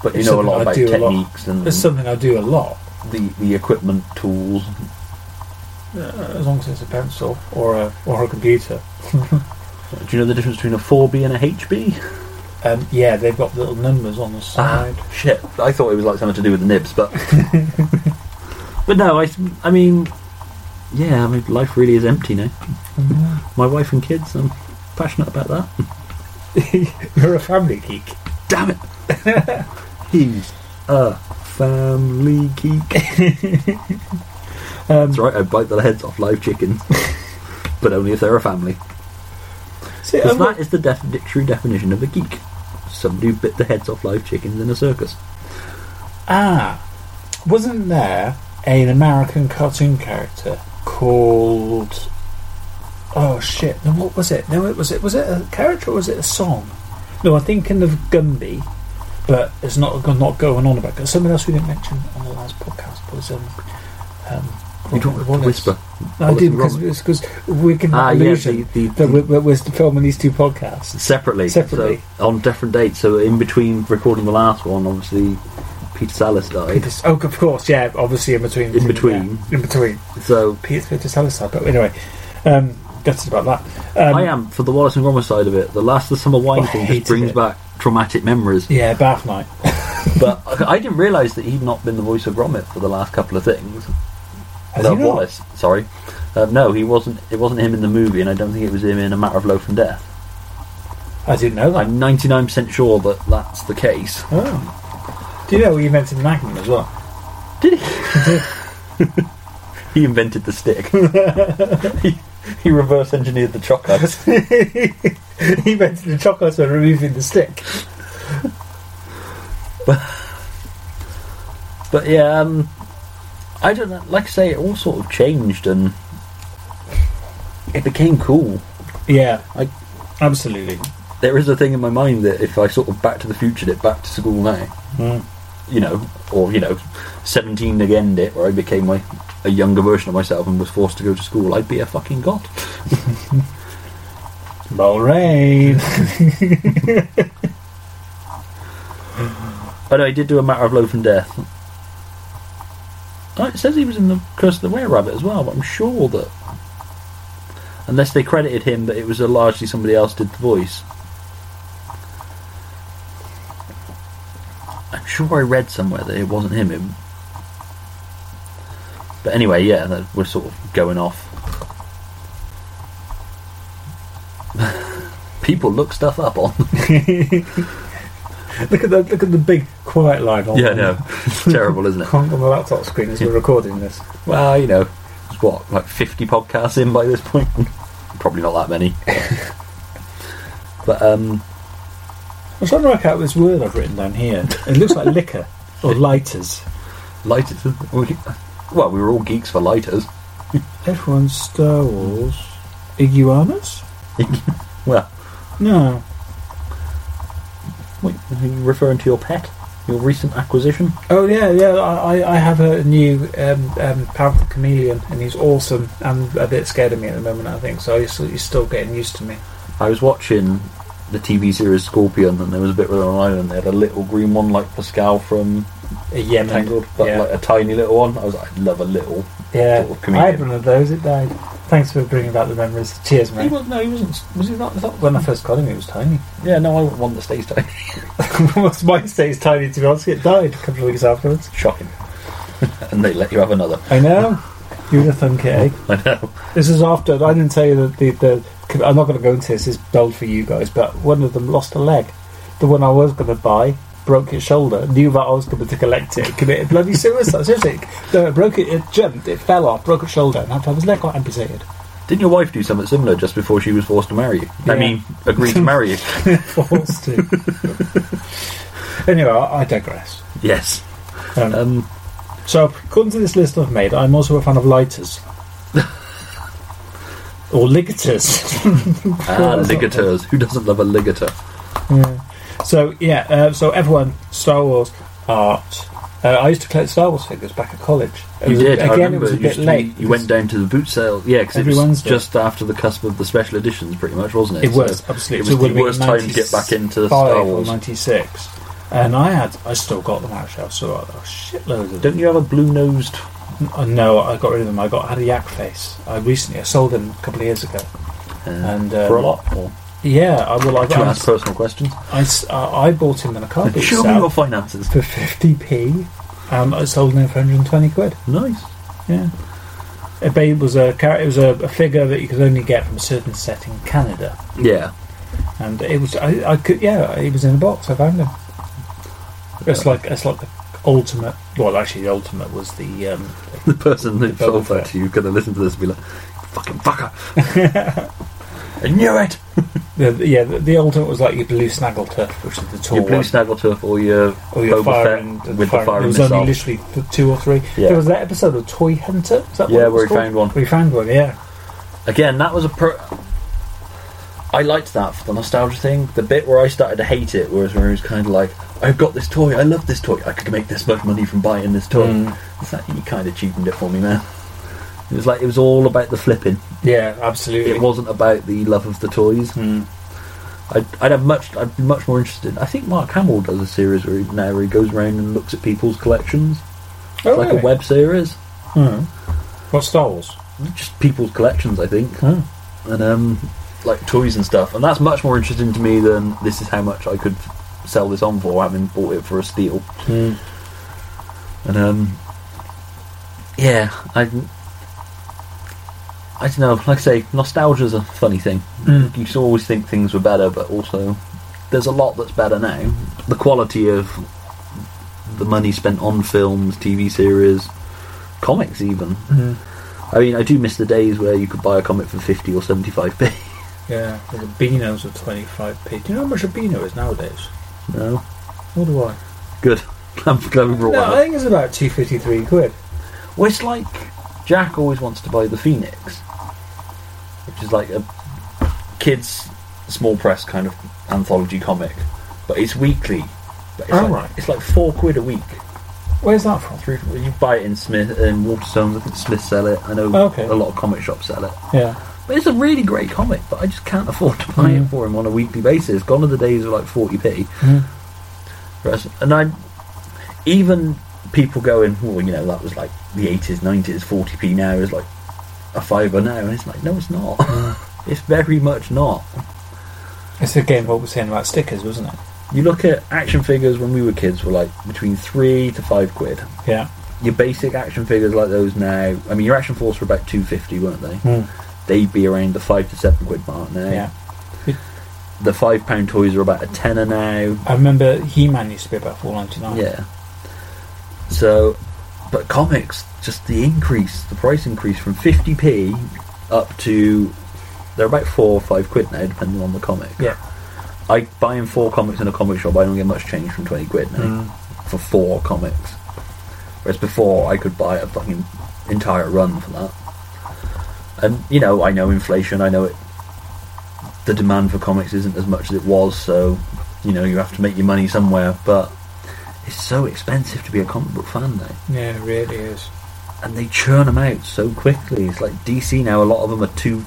Speaker 1: But you
Speaker 2: It's
Speaker 1: know a
Speaker 2: something
Speaker 1: lot
Speaker 2: I
Speaker 1: about
Speaker 2: do a lot.
Speaker 1: techniques and
Speaker 2: it's
Speaker 1: the
Speaker 2: something I do a lot.
Speaker 1: the equipment, tools.
Speaker 2: uh, As long as it's a pencil or a or a computer.
Speaker 1: Do you know the difference between a 4B and a HB?
Speaker 2: Um, yeah, they've got little numbers on the side.
Speaker 1: Shit, I thought it was like something to do with the nibs, but but no, I I mean, yeah, I mean, life really is empty now. My wife and kids, I'm passionate about that.
Speaker 2: You're a family geek.
Speaker 1: Damn it! He's a family geek.
Speaker 2: Um,
Speaker 1: That's right, I bite the heads off live chickens. but only if they're a family.
Speaker 2: see, oh,
Speaker 1: Because
Speaker 2: I'm not-
Speaker 1: that is the def- dictionary definition of a geek. Somebody who bit the heads off live chickens in a circus.
Speaker 2: ah, wasn't there an American cartoon character called? Oh shit! No, what was it? No, it was it was it a character or was it a song? No, I'm thinking of Gumby, but it's not I'm not going on about. It. Something else we didn't mention on the last podcast was um. um
Speaker 1: You don't want
Speaker 2: Wallace.
Speaker 1: to whisper.
Speaker 2: No, I
Speaker 1: Wallace
Speaker 2: did
Speaker 1: and
Speaker 2: because
Speaker 1: Gromit.
Speaker 2: because we're getting
Speaker 1: Ah,
Speaker 2: that
Speaker 1: yeah,
Speaker 2: illusion
Speaker 1: the, the,
Speaker 2: that
Speaker 1: the-
Speaker 2: we're, we're- we're filming these two podcasts.
Speaker 1: separately.
Speaker 2: Separately.
Speaker 1: So, on different dates. So in between recording the last one, obviously, Peter Salis died.
Speaker 2: Peter- oh, of course, yeah, obviously in between.
Speaker 1: In between.
Speaker 2: yeah, in between.
Speaker 1: So
Speaker 2: Peter Peter Salazar, but anyway, um, that's about that. Um,
Speaker 1: I am for the Wallace and Gromit side of it. The last of the summer wine
Speaker 2: I
Speaker 1: thing
Speaker 2: hated
Speaker 1: just brings
Speaker 2: it.
Speaker 1: back traumatic memories.
Speaker 2: Yeah, Bath Night.
Speaker 1: But I I didn't realise that he'd not been the voice of Gromit for the last couple of things.
Speaker 2: Has
Speaker 1: no,
Speaker 2: he not?
Speaker 1: Wallace. Sorry, uh, no, he wasn't. It wasn't him in the movie, and I don't think it was him in A Matter of Life and Death.
Speaker 2: I didn't know that.
Speaker 1: I'm 99% sure that that's the case.
Speaker 2: Oh. Do you know he invented Magnum as well?
Speaker 1: Did he? he invented the stick. he, he reverse engineered the chocolate.
Speaker 2: he invented the chocolates by removing the stick.
Speaker 1: But yeah, um, I don't know. Like I say, it all sort of changed and it became cool.
Speaker 2: Yeah,
Speaker 1: I-
Speaker 2: absolutely.
Speaker 1: There is a thing in my mind that if I sort of back to the future it, back to school now,
Speaker 2: Mm.
Speaker 1: you know, or you know, 17 again it, where I became my a younger version of myself and was forced to go to school, I'd be a fucking god.
Speaker 2: Bahrain.
Speaker 1: But I Oh, did do a matter of loaf and death. Oh, it says he was in the Curse of the Were Rabbit as well, but I'm sure that unless they credited him, that it was a largely somebody else did the voice. I'm sure I read somewhere that it wasn't him. It- But anyway, yeah, that we're sort of going off. People look stuff up on.
Speaker 2: look at the look at the big quiet line on,
Speaker 1: Yeah, no, it's terrible, isn't it?
Speaker 2: on the laptop screen as we're recording this.
Speaker 1: Well, you know, it's what, like 50 podcasts in by this point? Probably not that many. but, um,
Speaker 2: I'm trying to work out this word I've written down here. It looks like liquor or lighters.
Speaker 1: Lighters. we- Well, we were all geeks for lighters.
Speaker 2: Everyone's Star Wars. Iguanas?
Speaker 1: Well,
Speaker 2: No.
Speaker 1: wait, are you referring to your pet? Your recent acquisition?
Speaker 2: Oh yeah, yeah. I, I- I have a new um, um, powerful chameleon, and he's awesome. I'm a bit scared of me at the moment. I think so. He's, he's still getting used to me.
Speaker 1: I was watching the TV series Scorpion, and there was a bit where they were on an island. They had a little green one like Pascal from
Speaker 2: A Yemen.
Speaker 1: Tangled, but
Speaker 2: Mm. yeah.
Speaker 1: like a tiny little one. I was like, I love a little.
Speaker 2: yeah.
Speaker 1: sort of
Speaker 2: I
Speaker 1: chameleon.
Speaker 2: had one of those. It died. Thanks for bringing back the memories. Cheers,
Speaker 1: He
Speaker 2: mate.
Speaker 1: was no, he wasn't. Was he not? I thought-
Speaker 2: When I first got him, he was tiny.
Speaker 1: Yeah, no, I want one that stays tiny.
Speaker 2: What's my state's tiny to be honest. It died a couple of weeks afterwards.
Speaker 1: Shocking. and they let you have another.
Speaker 2: I know. You would have thunk it, eh?
Speaker 1: I know.
Speaker 2: This is after I didn't tell you that the, the I'm not going to go into this. It's dull for you guys, but one of them lost a leg. The one I was going to buy broke its shoulder. Knew that I was going to collect it. Committed bloody suicide. Seriously, no, it broke it. It jumped. It fell off. Broke its shoulder, and had to have his leg got amputated.
Speaker 1: Didn't your wife do something similar just before she was forced to marry you? I
Speaker 2: Yeah.
Speaker 1: mean, agree to marry you.
Speaker 2: Forced to. anyway, I, I digress.
Speaker 1: yes.
Speaker 2: Um,
Speaker 1: Um,
Speaker 2: so, according to this list I've made, I'm also a fan of lighters. Or ligators.
Speaker 1: ah, ligatures. Who doesn't love a ligator?
Speaker 2: Yeah. So yeah, uh, so everyone, Star Wars art. Uh, I used to collect Star Wars figures back at college. It
Speaker 1: You
Speaker 2: was-
Speaker 1: did.
Speaker 2: Again,
Speaker 1: I remember
Speaker 2: it was a
Speaker 1: you
Speaker 2: bit
Speaker 1: used to-
Speaker 2: late.
Speaker 1: You went down to the boot sale. Yeah, because it was
Speaker 2: Everyone's did.
Speaker 1: just after the cusp of the special editions, pretty much, wasn't it?
Speaker 2: It was
Speaker 1: So It
Speaker 2: absolutely.
Speaker 1: was the worst time to get back into Star Wars.
Speaker 2: Ninety six, and I had. I still got them actually. I still got a shitload of them.
Speaker 1: Don't you have a blue nosed?
Speaker 2: Uh, No, I got rid of them. I got had a yak face. I recently I sold them a couple of years ago.
Speaker 1: uh,
Speaker 2: And, um,
Speaker 1: for a lot? Or
Speaker 2: Yeah, I will. I,
Speaker 1: do you
Speaker 2: I,
Speaker 1: ask personal questions?
Speaker 2: I, s- I- I bought him in a car boot
Speaker 1: Show me
Speaker 2: sale
Speaker 1: your finances.
Speaker 2: for fifty p, and I sold him for one hundred and twenty quid.
Speaker 1: Nice.
Speaker 2: Yeah. It ba- was a character. It was a, a figure that you could only get from a certain set in Canada,
Speaker 1: Yeah.
Speaker 2: and it was I, I could yeah it was in a box. I found him. It's like it's like the ultimate. Well, actually, the ultimate was the um,
Speaker 1: The person that
Speaker 2: Boba
Speaker 1: sold that
Speaker 2: Fett.
Speaker 1: to you could have listened to this and be like, fucking fucker. I knew it!
Speaker 2: the, the- yeah the, the ultimate was like your blue snaggletooth, which is the tall
Speaker 1: Your blue
Speaker 2: one,
Speaker 1: snaggletooth or your
Speaker 2: or your
Speaker 1: Boba
Speaker 2: fire
Speaker 1: Fett
Speaker 2: and
Speaker 1: with the fire
Speaker 2: There
Speaker 1: and
Speaker 2: was
Speaker 1: missile.
Speaker 2: only literally th- two or three.
Speaker 1: Yeah.
Speaker 2: There was that episode of Toy Hunter. Is that what
Speaker 1: Yeah,
Speaker 2: it was
Speaker 1: where he
Speaker 2: called?
Speaker 1: found one.
Speaker 2: Where he found one. Yeah.
Speaker 1: Again, that was a pro. I liked that for the nostalgia thing. The bit where I started to hate it was where it was kind of like, I've got this toy, I love this toy, I could make this much money from buying this toy.
Speaker 2: Mm.
Speaker 1: It's like, you kind of cheapened it for me, man. It was like, it was all about the flipping.
Speaker 2: Yeah. Absolutely.
Speaker 1: It wasn't about the love of the toys.
Speaker 2: Mm.
Speaker 1: I'd, I'd have much. I'd be much more interested. I think Mark Hamill does a series where he, now where he goes around and looks at people's collections.
Speaker 2: Oh,
Speaker 1: It's like
Speaker 2: really?
Speaker 1: a web series,
Speaker 2: Hmm. What Star Wars?
Speaker 1: just people's collections. I think,
Speaker 2: Oh.
Speaker 1: and um, like toys and stuff. And that's much more interesting to me than this is how much I could sell this on for, having bought it for a steal.
Speaker 2: Hmm.
Speaker 1: And um, yeah, I. I don't know. Like I say, nostalgia's a funny thing.
Speaker 2: Mm.
Speaker 1: You still always think things were better, but also there's a lot that's better now. The quality of the money spent on films, TV series, comics, even.
Speaker 2: Mm.
Speaker 1: I mean, I do miss the days where you could buy a comic for fifty or seventy-five p.
Speaker 2: Yeah, well, the Beanos are 25p. Do you know how much a Beano is nowadays?
Speaker 1: No,
Speaker 2: What do I?
Speaker 1: good. I'm glad we brought
Speaker 2: No,
Speaker 1: that
Speaker 2: I
Speaker 1: up.
Speaker 2: think it's about 253 quid.
Speaker 1: Well, it's like Jack always wants to buy the Phoenix, which is like a kids' small press kind of anthology comic, but it's weekly. But it's,
Speaker 2: Oh,
Speaker 1: like,
Speaker 2: right.
Speaker 1: it's like four quid a week.
Speaker 2: Where's that from?
Speaker 1: Through you buy it in Smith in Waterstones. I think Smith sell it. I know
Speaker 2: Okay.
Speaker 1: a lot of comic shops sell it.
Speaker 2: Yeah.
Speaker 1: But it's a really great comic. But I just can't afford to buy it
Speaker 2: Mm.
Speaker 1: for him on a weekly basis. Gone are the days of like forty p. Whereas- And I, even people going, well, you know, that was like the 80s, 90s, 40p now is like a fiver now. And it's like, no, it's not.
Speaker 2: Mm.
Speaker 1: it's very much not.
Speaker 2: It's again what we were saying about stickers, wasn't it?
Speaker 1: You look at action figures when we were kids were like between three to five quid.
Speaker 2: Yeah.
Speaker 1: Your basic action figures like those now, I mean, your action force were about 250, weren't they? They'd be around the five to seven quid mark now.
Speaker 2: Yeah.
Speaker 1: The five pound toys are about a tenner now.
Speaker 2: I remember He Man used to be about 4.99.
Speaker 1: Yeah. So, but comics, just the increase, the price increase from 50p up to they're about four or five quid now, depending on the comic.
Speaker 2: Yeah.
Speaker 1: I buying four comics in a comic shop. I don't get much change from twenty quid now
Speaker 2: Mm.
Speaker 1: for four comics. Whereas before, I could buy a fucking entire run for that. And you know, I know inflation. I know it. The demand for comics isn't as much as it was, so you know you have to make your money somewhere. But it's so expensive to be a comic book fan now
Speaker 2: Yeah, it really is.
Speaker 1: and they churn them out so quickly. It's like DC now. A lot of them are two,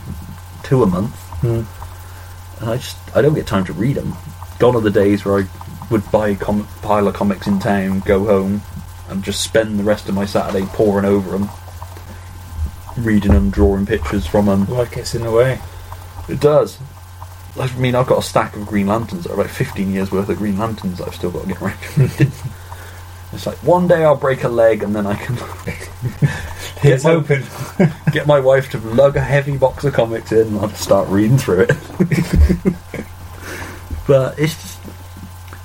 Speaker 1: two a month,
Speaker 2: Mm.
Speaker 1: and I just I don't get time to read them. Gone are the days where I would buy a com- pile of comics in town, go home, and just spend the rest of my Saturday poring over them, reading them, drawing pictures from them.
Speaker 2: Life gets in the way.
Speaker 1: It does. I mean, I've got a stack of Green Lanterns, about 15 years worth of Green Lanterns I've still got to get around to reading. It's like one day I'll break a leg and then I can
Speaker 2: It's
Speaker 1: my-
Speaker 2: open.
Speaker 1: get my wife to lug a heavy box of comics in and I'll just start reading through it. but it's just,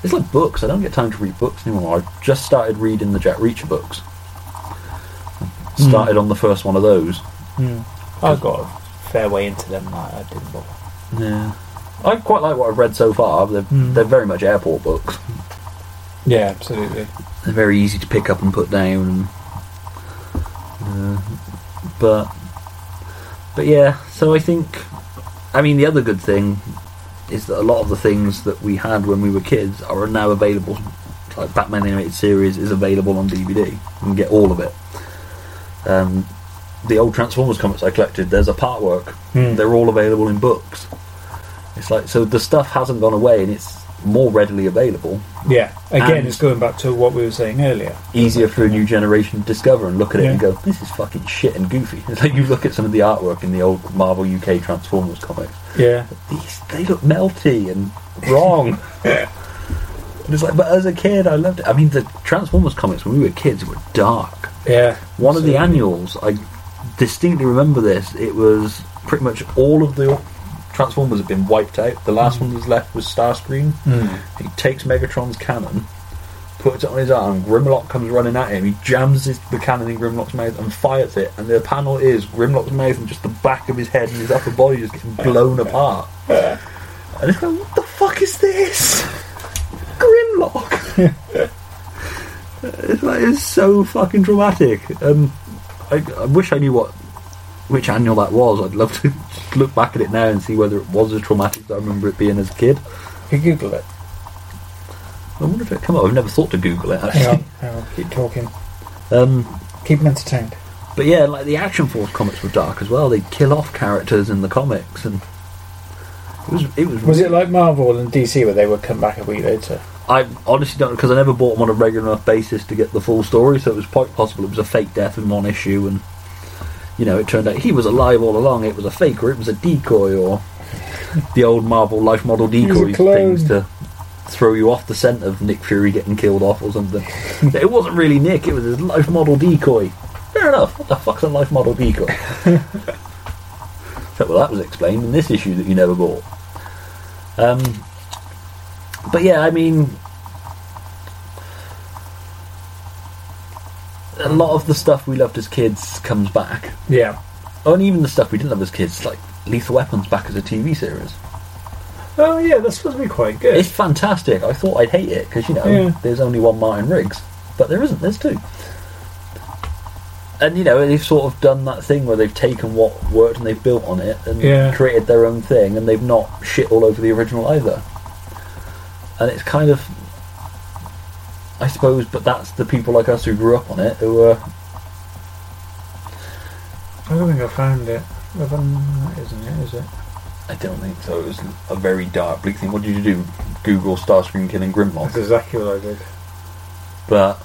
Speaker 1: it's like books. I don't get time to read books anymore. I just started reading the Jack Reacher books. Started on the first one of those.
Speaker 2: Mm. I got a fair way into them. I, I didn't bother.
Speaker 1: Yeah. I quite like what I've read so far. They're,
Speaker 2: Hmm.
Speaker 1: they're very much airport books.
Speaker 2: Yeah, absolutely.
Speaker 1: They're very easy to pick up and put down. And, uh, but but yeah, so I think I mean the other good thing is that a lot of the things that we had when we were kids are now available. Like Batman the animated series is available on DVD. You can get all of it. Um, the old Transformers comics I collected, there's a part work.
Speaker 2: Mm.
Speaker 1: They're all available in books. It's like so the stuff hasn't gone away and it's more readily available
Speaker 2: Yeah. Again,
Speaker 1: And-
Speaker 2: it's going back to what we were saying earlier.
Speaker 1: easier for a new generation to discover and look at it
Speaker 2: Yeah.
Speaker 1: and go, this is fucking shit and goofy. It's like you look at some of the artwork in the old Marvel UK Transformers comics.
Speaker 2: Yeah.
Speaker 1: These they look melty and wrong. and it's like, but as a kid, I loved it. I mean, the Transformers comics when we were kids were dark.
Speaker 2: Yeah.
Speaker 1: One of the
Speaker 2: Absolutely.
Speaker 1: annuals, I distinctly remember this. It was pretty much all of the Transformers had been wiped out. The last one that was left was Starscream.
Speaker 2: Mm.
Speaker 1: He takes Megatron's cannon, puts it on his arm. Grimlock comes running at him. He jams his, the cannon in Grimlock's mouth and fires it. And the panel is Grimlock's mouth and just the back of his head and his upper body just getting blown apart. And it's like, what the fuck is this? Grimlock. it's like it's so fucking dramatic. Um, I, I wish I knew what which annual that was. I'd love to look back at it now and see whether it was as traumatic as I remember it being as a kid.
Speaker 2: You Google it.
Speaker 1: I wonder if it come up. I've never thought to Google it
Speaker 2: Hang on.
Speaker 1: actually.
Speaker 2: Hang on. Keep talking.
Speaker 1: Um,
Speaker 2: Keep them entertained.
Speaker 1: but yeah, like the Action Force comics were dark as well. They'd kill off characters in the comics, and it was it was.
Speaker 2: Was it like Marvel and DC where they would come back a week later?
Speaker 1: I honestly don't because I never bought them on a regular enough basis to get the full story. So it was quite possible it was a fake death in one issue, and you know it turned out he was alive all along. It was a fake, or it was a decoy, or the old Marvel life model
Speaker 2: was a
Speaker 1: decoy
Speaker 2: clone.
Speaker 1: things to throw you off the scent of Nick Fury getting killed off or something. it wasn't really Nick; it was his life model decoy. Fair enough. What the fuck's a life model decoy? so, well, that was explained in this issue that you never bought. Um, but yeah, I mean, a lot of the stuff we loved as kids comes back.
Speaker 2: Yeah.
Speaker 1: Oh, and even the stuff we didn't love as kids, like Lethal Weapon's back as a TV series.
Speaker 2: Oh yeah, that's supposed to be quite good.
Speaker 1: It's fantastic. I thought I'd hate it because you know
Speaker 2: Yeah.
Speaker 1: there's only one Martin Riggs, but there isn't. There's two. And you know they've sort of done that thing where they've taken what worked and they've built on it and
Speaker 2: Yeah.
Speaker 1: created their own thing, and they've not shit all over the original either. And it's kind of, I suppose, but that's the people like us who grew up on it who were
Speaker 2: I don't think I found it. Well, then, that isn't it, is it?
Speaker 1: I don't think so. It was a very dark, bleak thing. What did you do? Google Starscream killing
Speaker 2: That's
Speaker 1: Grimlock.
Speaker 2: exactly what I did.
Speaker 1: But,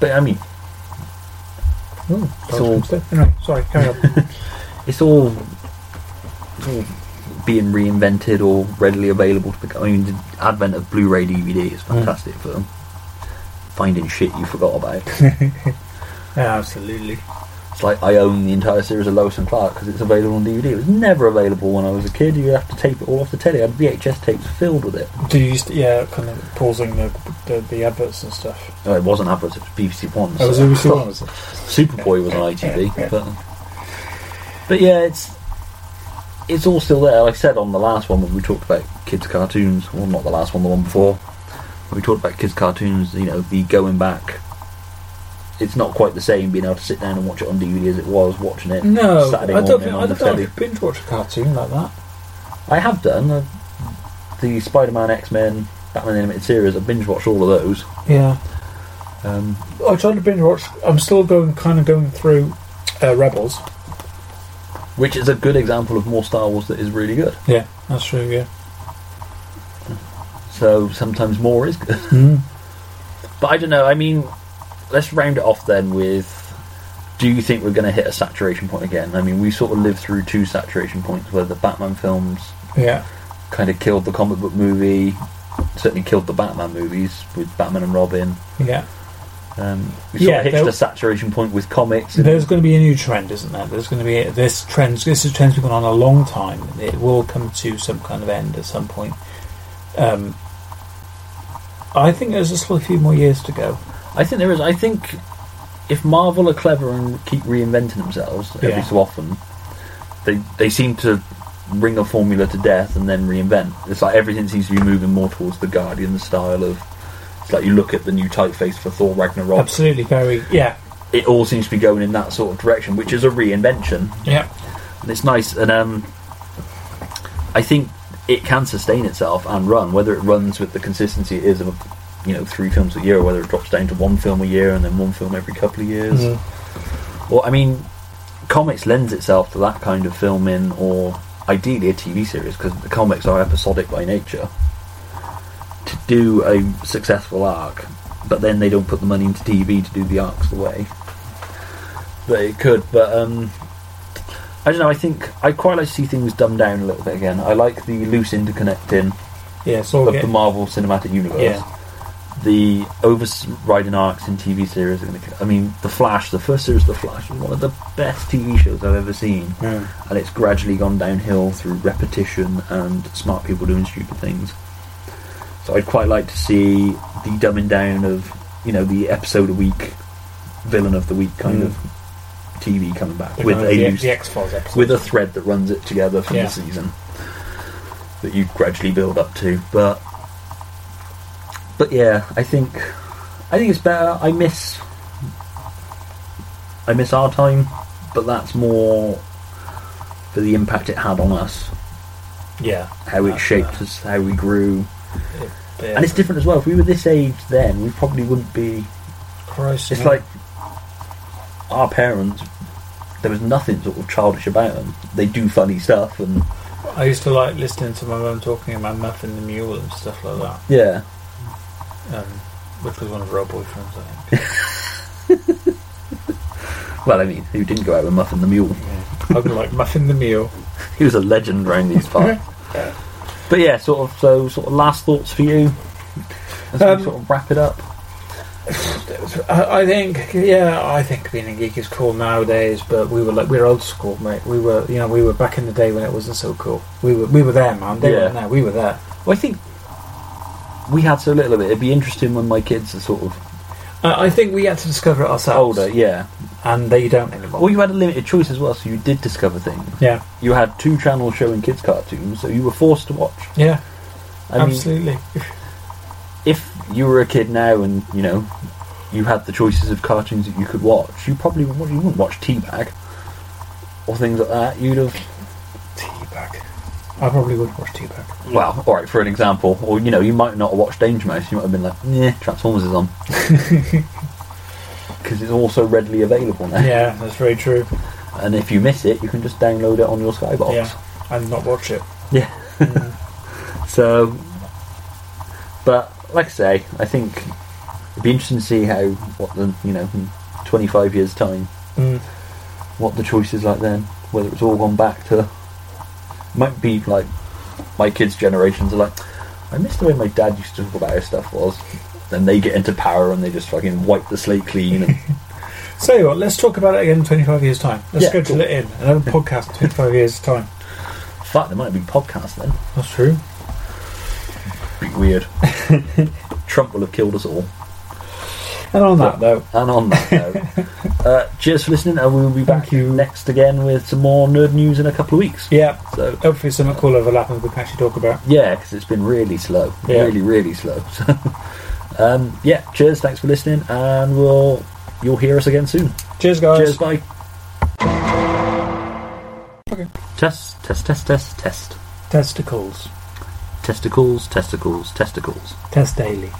Speaker 1: but I mean,
Speaker 2: Oh,
Speaker 1: So-
Speaker 2: anyway, sorry, carry on.
Speaker 1: it's all, it's all being reinvented or readily available. To become, I mean, the advent of Blu-ray DVD
Speaker 2: Mm.
Speaker 1: is fantastic for finding shit you forgot about.
Speaker 2: yeah, absolutely.
Speaker 1: it's like I own the entire series of Lois and Clark because it's available on DVD. It was never available when I was a kid. You have to tape it all off the telly. I had VHS tapes filled with it.
Speaker 2: Do you used to, yeah, kind of pausing the, the, the adverts and stuff?
Speaker 1: No, it wasn't adverts. It was BBC One.
Speaker 2: Oh, was
Speaker 1: so-
Speaker 2: it was one, was it?
Speaker 1: Superboy was on ITV, but but yeah, it's it's all still there. Like I said on the last one when we talked about kids' cartoons, well, not the last one, the one before, when we talked about kids' cartoons, you know, the going back. It's not quite the same being able to sit down and watch it on DVD as it was watching it
Speaker 2: No,
Speaker 1: Saturday
Speaker 2: I
Speaker 1: morning
Speaker 2: don't think
Speaker 1: on
Speaker 2: I
Speaker 1: the
Speaker 2: don't think I
Speaker 1: telly.
Speaker 2: could binge watch a cartoon like that.
Speaker 1: I have done uh, the Spider-Man, X-Men, Batman animated series. I binge watched all of those.
Speaker 2: Yeah,
Speaker 1: Um,
Speaker 2: Oh, I tried to binge watch. I'm still going, kind of going through uh, Rebels.
Speaker 1: which is a good example of more Star Wars that is really good.
Speaker 2: Yeah, that's true. Yeah,
Speaker 1: So sometimes more is good.
Speaker 2: mm.
Speaker 1: But I don't know. I mean, let's round it off then with. Do you think we're going to hit a saturation point again? I mean, we sort of lived through two saturation points where the Batman films
Speaker 2: yeah,
Speaker 1: kind of killed the comic book movie, certainly killed the Batman movies with Batman and Robin.
Speaker 2: yeah.
Speaker 1: Um, we sort
Speaker 2: Yeah,
Speaker 1: of hitched
Speaker 2: there-
Speaker 1: a saturation point with comics. and-
Speaker 2: There's going to be a new trend, isn't there? There's going to be this trend. This is a trend's been going on a long time. It will come to some kind of end at some point. Um, I think there's still a few more years to go.
Speaker 1: I think there is. I think if Marvel are clever and keep reinventing themselves every
Speaker 2: Yeah.
Speaker 1: so often, they they seem to wring a formula to death and then reinvent. It's like everything seems to be moving more towards the Guardian style of. It's like you look at the new typeface for Thor Ragnarok.
Speaker 2: Absolutely, very yeah,
Speaker 1: It all seems to be going in that sort of direction, which is a reinvention,
Speaker 2: yeah,
Speaker 1: and it's nice. And um, I think it can sustain itself and run, whether it runs with the consistency it is of, you know, three films a year, or whether it drops down to one film a year and then one film every couple of years.
Speaker 2: Mhm.
Speaker 1: Well, I mean, comics lends itself to that kind of filming, or ideally a TV series, because the comics are episodic by nature. To do a successful arc, but then they don't put the money into TV to do the arcs the way that it could. But um, I don't know. I think I quite like to see things dumbed down a little bit again. I like the loose interconnecting
Speaker 2: yeah. It's all
Speaker 1: of
Speaker 2: get-
Speaker 1: the Marvel Cinematic Universe.
Speaker 2: Yeah.
Speaker 1: The overriding arcs in TV series are going to. I mean, The Flash, the first series of The Flash, was one of the best TV shows I've ever seen.
Speaker 2: Mm.
Speaker 1: And it's gradually gone downhill through repetition and smart people doing stupid things. So I'd quite like to see the dumbing down of, you know, the episode a week, villain of the week kind
Speaker 2: Mm.
Speaker 1: of TV coming back
Speaker 2: They're
Speaker 1: with
Speaker 2: gonna
Speaker 1: a
Speaker 2: do the,
Speaker 1: loose
Speaker 2: the X Files episode.
Speaker 1: with a thread that runs it together for
Speaker 2: Yeah.
Speaker 1: the season that you gradually build up to. But but yeah, I think I think it's better. I miss I miss our time, but that's more for the impact it had on us,
Speaker 2: yeah,
Speaker 1: how it
Speaker 2: Uh,
Speaker 1: shaped us, how we grew,
Speaker 2: yeah.
Speaker 1: and it's different as well. If we were this age then, we probably wouldn't be.
Speaker 2: Christ,
Speaker 1: It's
Speaker 2: yeah.
Speaker 1: like our parents. There was nothing sort of childish about them. They do funny stuff and.
Speaker 2: I used to like listening to my mum talking about Muffin the Mule and stuff like that,
Speaker 1: Yeah,
Speaker 2: um, which was one of her old boyfriends, I think.
Speaker 1: Well, I mean, who didn't go out with Muffin the Mule?
Speaker 2: Yeah. I'd be like Muffin the Mule.
Speaker 1: He was a legend around these parts. but yeah, sort of. So, sort of last thoughts for you as
Speaker 2: Um,
Speaker 1: we sort of wrap it up.
Speaker 2: I, I think, yeah, I think being a geek is cool nowadays, but we were like, we are old school, mate. We were, you know, we were back in the day when it wasn't so cool. We were, we were there, man. They
Speaker 1: Yeah.
Speaker 2: weren't there. We were there.
Speaker 1: Well, I think we had so little of it. It'd be interesting when my kids are sort of
Speaker 2: I I think we had to discover it ourselves,
Speaker 1: older. Yeah.
Speaker 2: and they don't anymore.
Speaker 1: Well, you had a limited choice as well, so you did discover things.
Speaker 2: yeah,
Speaker 1: You had two channels showing kids cartoons, so you were forced to watch.
Speaker 2: yeah,
Speaker 1: I mean,
Speaker 2: absolutely.
Speaker 1: if you were a kid now and you know you had the choices of cartoons that you could watch, you probably would, you wouldn't watch Teabag or things like that. You'd have
Speaker 2: Teabag. I probably would watch Teabag.
Speaker 1: well, all right, for an example, or you know, you might not have watched Danger Mouse. You might have been like, "Yeah, Transformers is on," because it's also readily available now.
Speaker 2: Yeah, that's very true.
Speaker 1: And if you miss it, you can just download it on your Skybox.
Speaker 2: Yeah, and not watch it.
Speaker 1: Yeah. so, but like I say, I think it'd be interesting to see how what the you know, in 25 years time,
Speaker 2: Mm.
Speaker 1: what the choice is like then. Whether it's all gone back to might be like my kids' generations are like. I miss the way my dad used to talk about how stuff was. Then they get into power and they just fucking wipe the slate clean. And,
Speaker 2: So you what, let's talk about it again in 25 years' time. Let's
Speaker 1: Yeah,
Speaker 2: schedule
Speaker 1: cool.
Speaker 2: it in. Another podcast in 25 years' time.
Speaker 1: fuck, there might be podcasts then.
Speaker 2: That's true.
Speaker 1: Be weird. Trump will have killed us all.
Speaker 2: And on that, though,
Speaker 1: And on that note, uh, cheers for listening, and we'll be
Speaker 2: Thank
Speaker 1: back
Speaker 2: you.
Speaker 1: next again with some more nerd news in a couple of weeks.
Speaker 2: Yeah.
Speaker 1: So
Speaker 2: Hopefully, something cool overlapping we can actually talk about.
Speaker 1: yeah, because it's been really slow,
Speaker 2: Yeah.
Speaker 1: really really slow. So um, yeah, cheers, thanks for listening, and we'll you'll hear us again soon.
Speaker 2: Cheers, guys.
Speaker 1: Cheers, bye.
Speaker 2: Okay.
Speaker 1: Test, test, test, test, test.
Speaker 2: Testicles.
Speaker 1: Testicles, testicles, testicles.
Speaker 2: Test daily.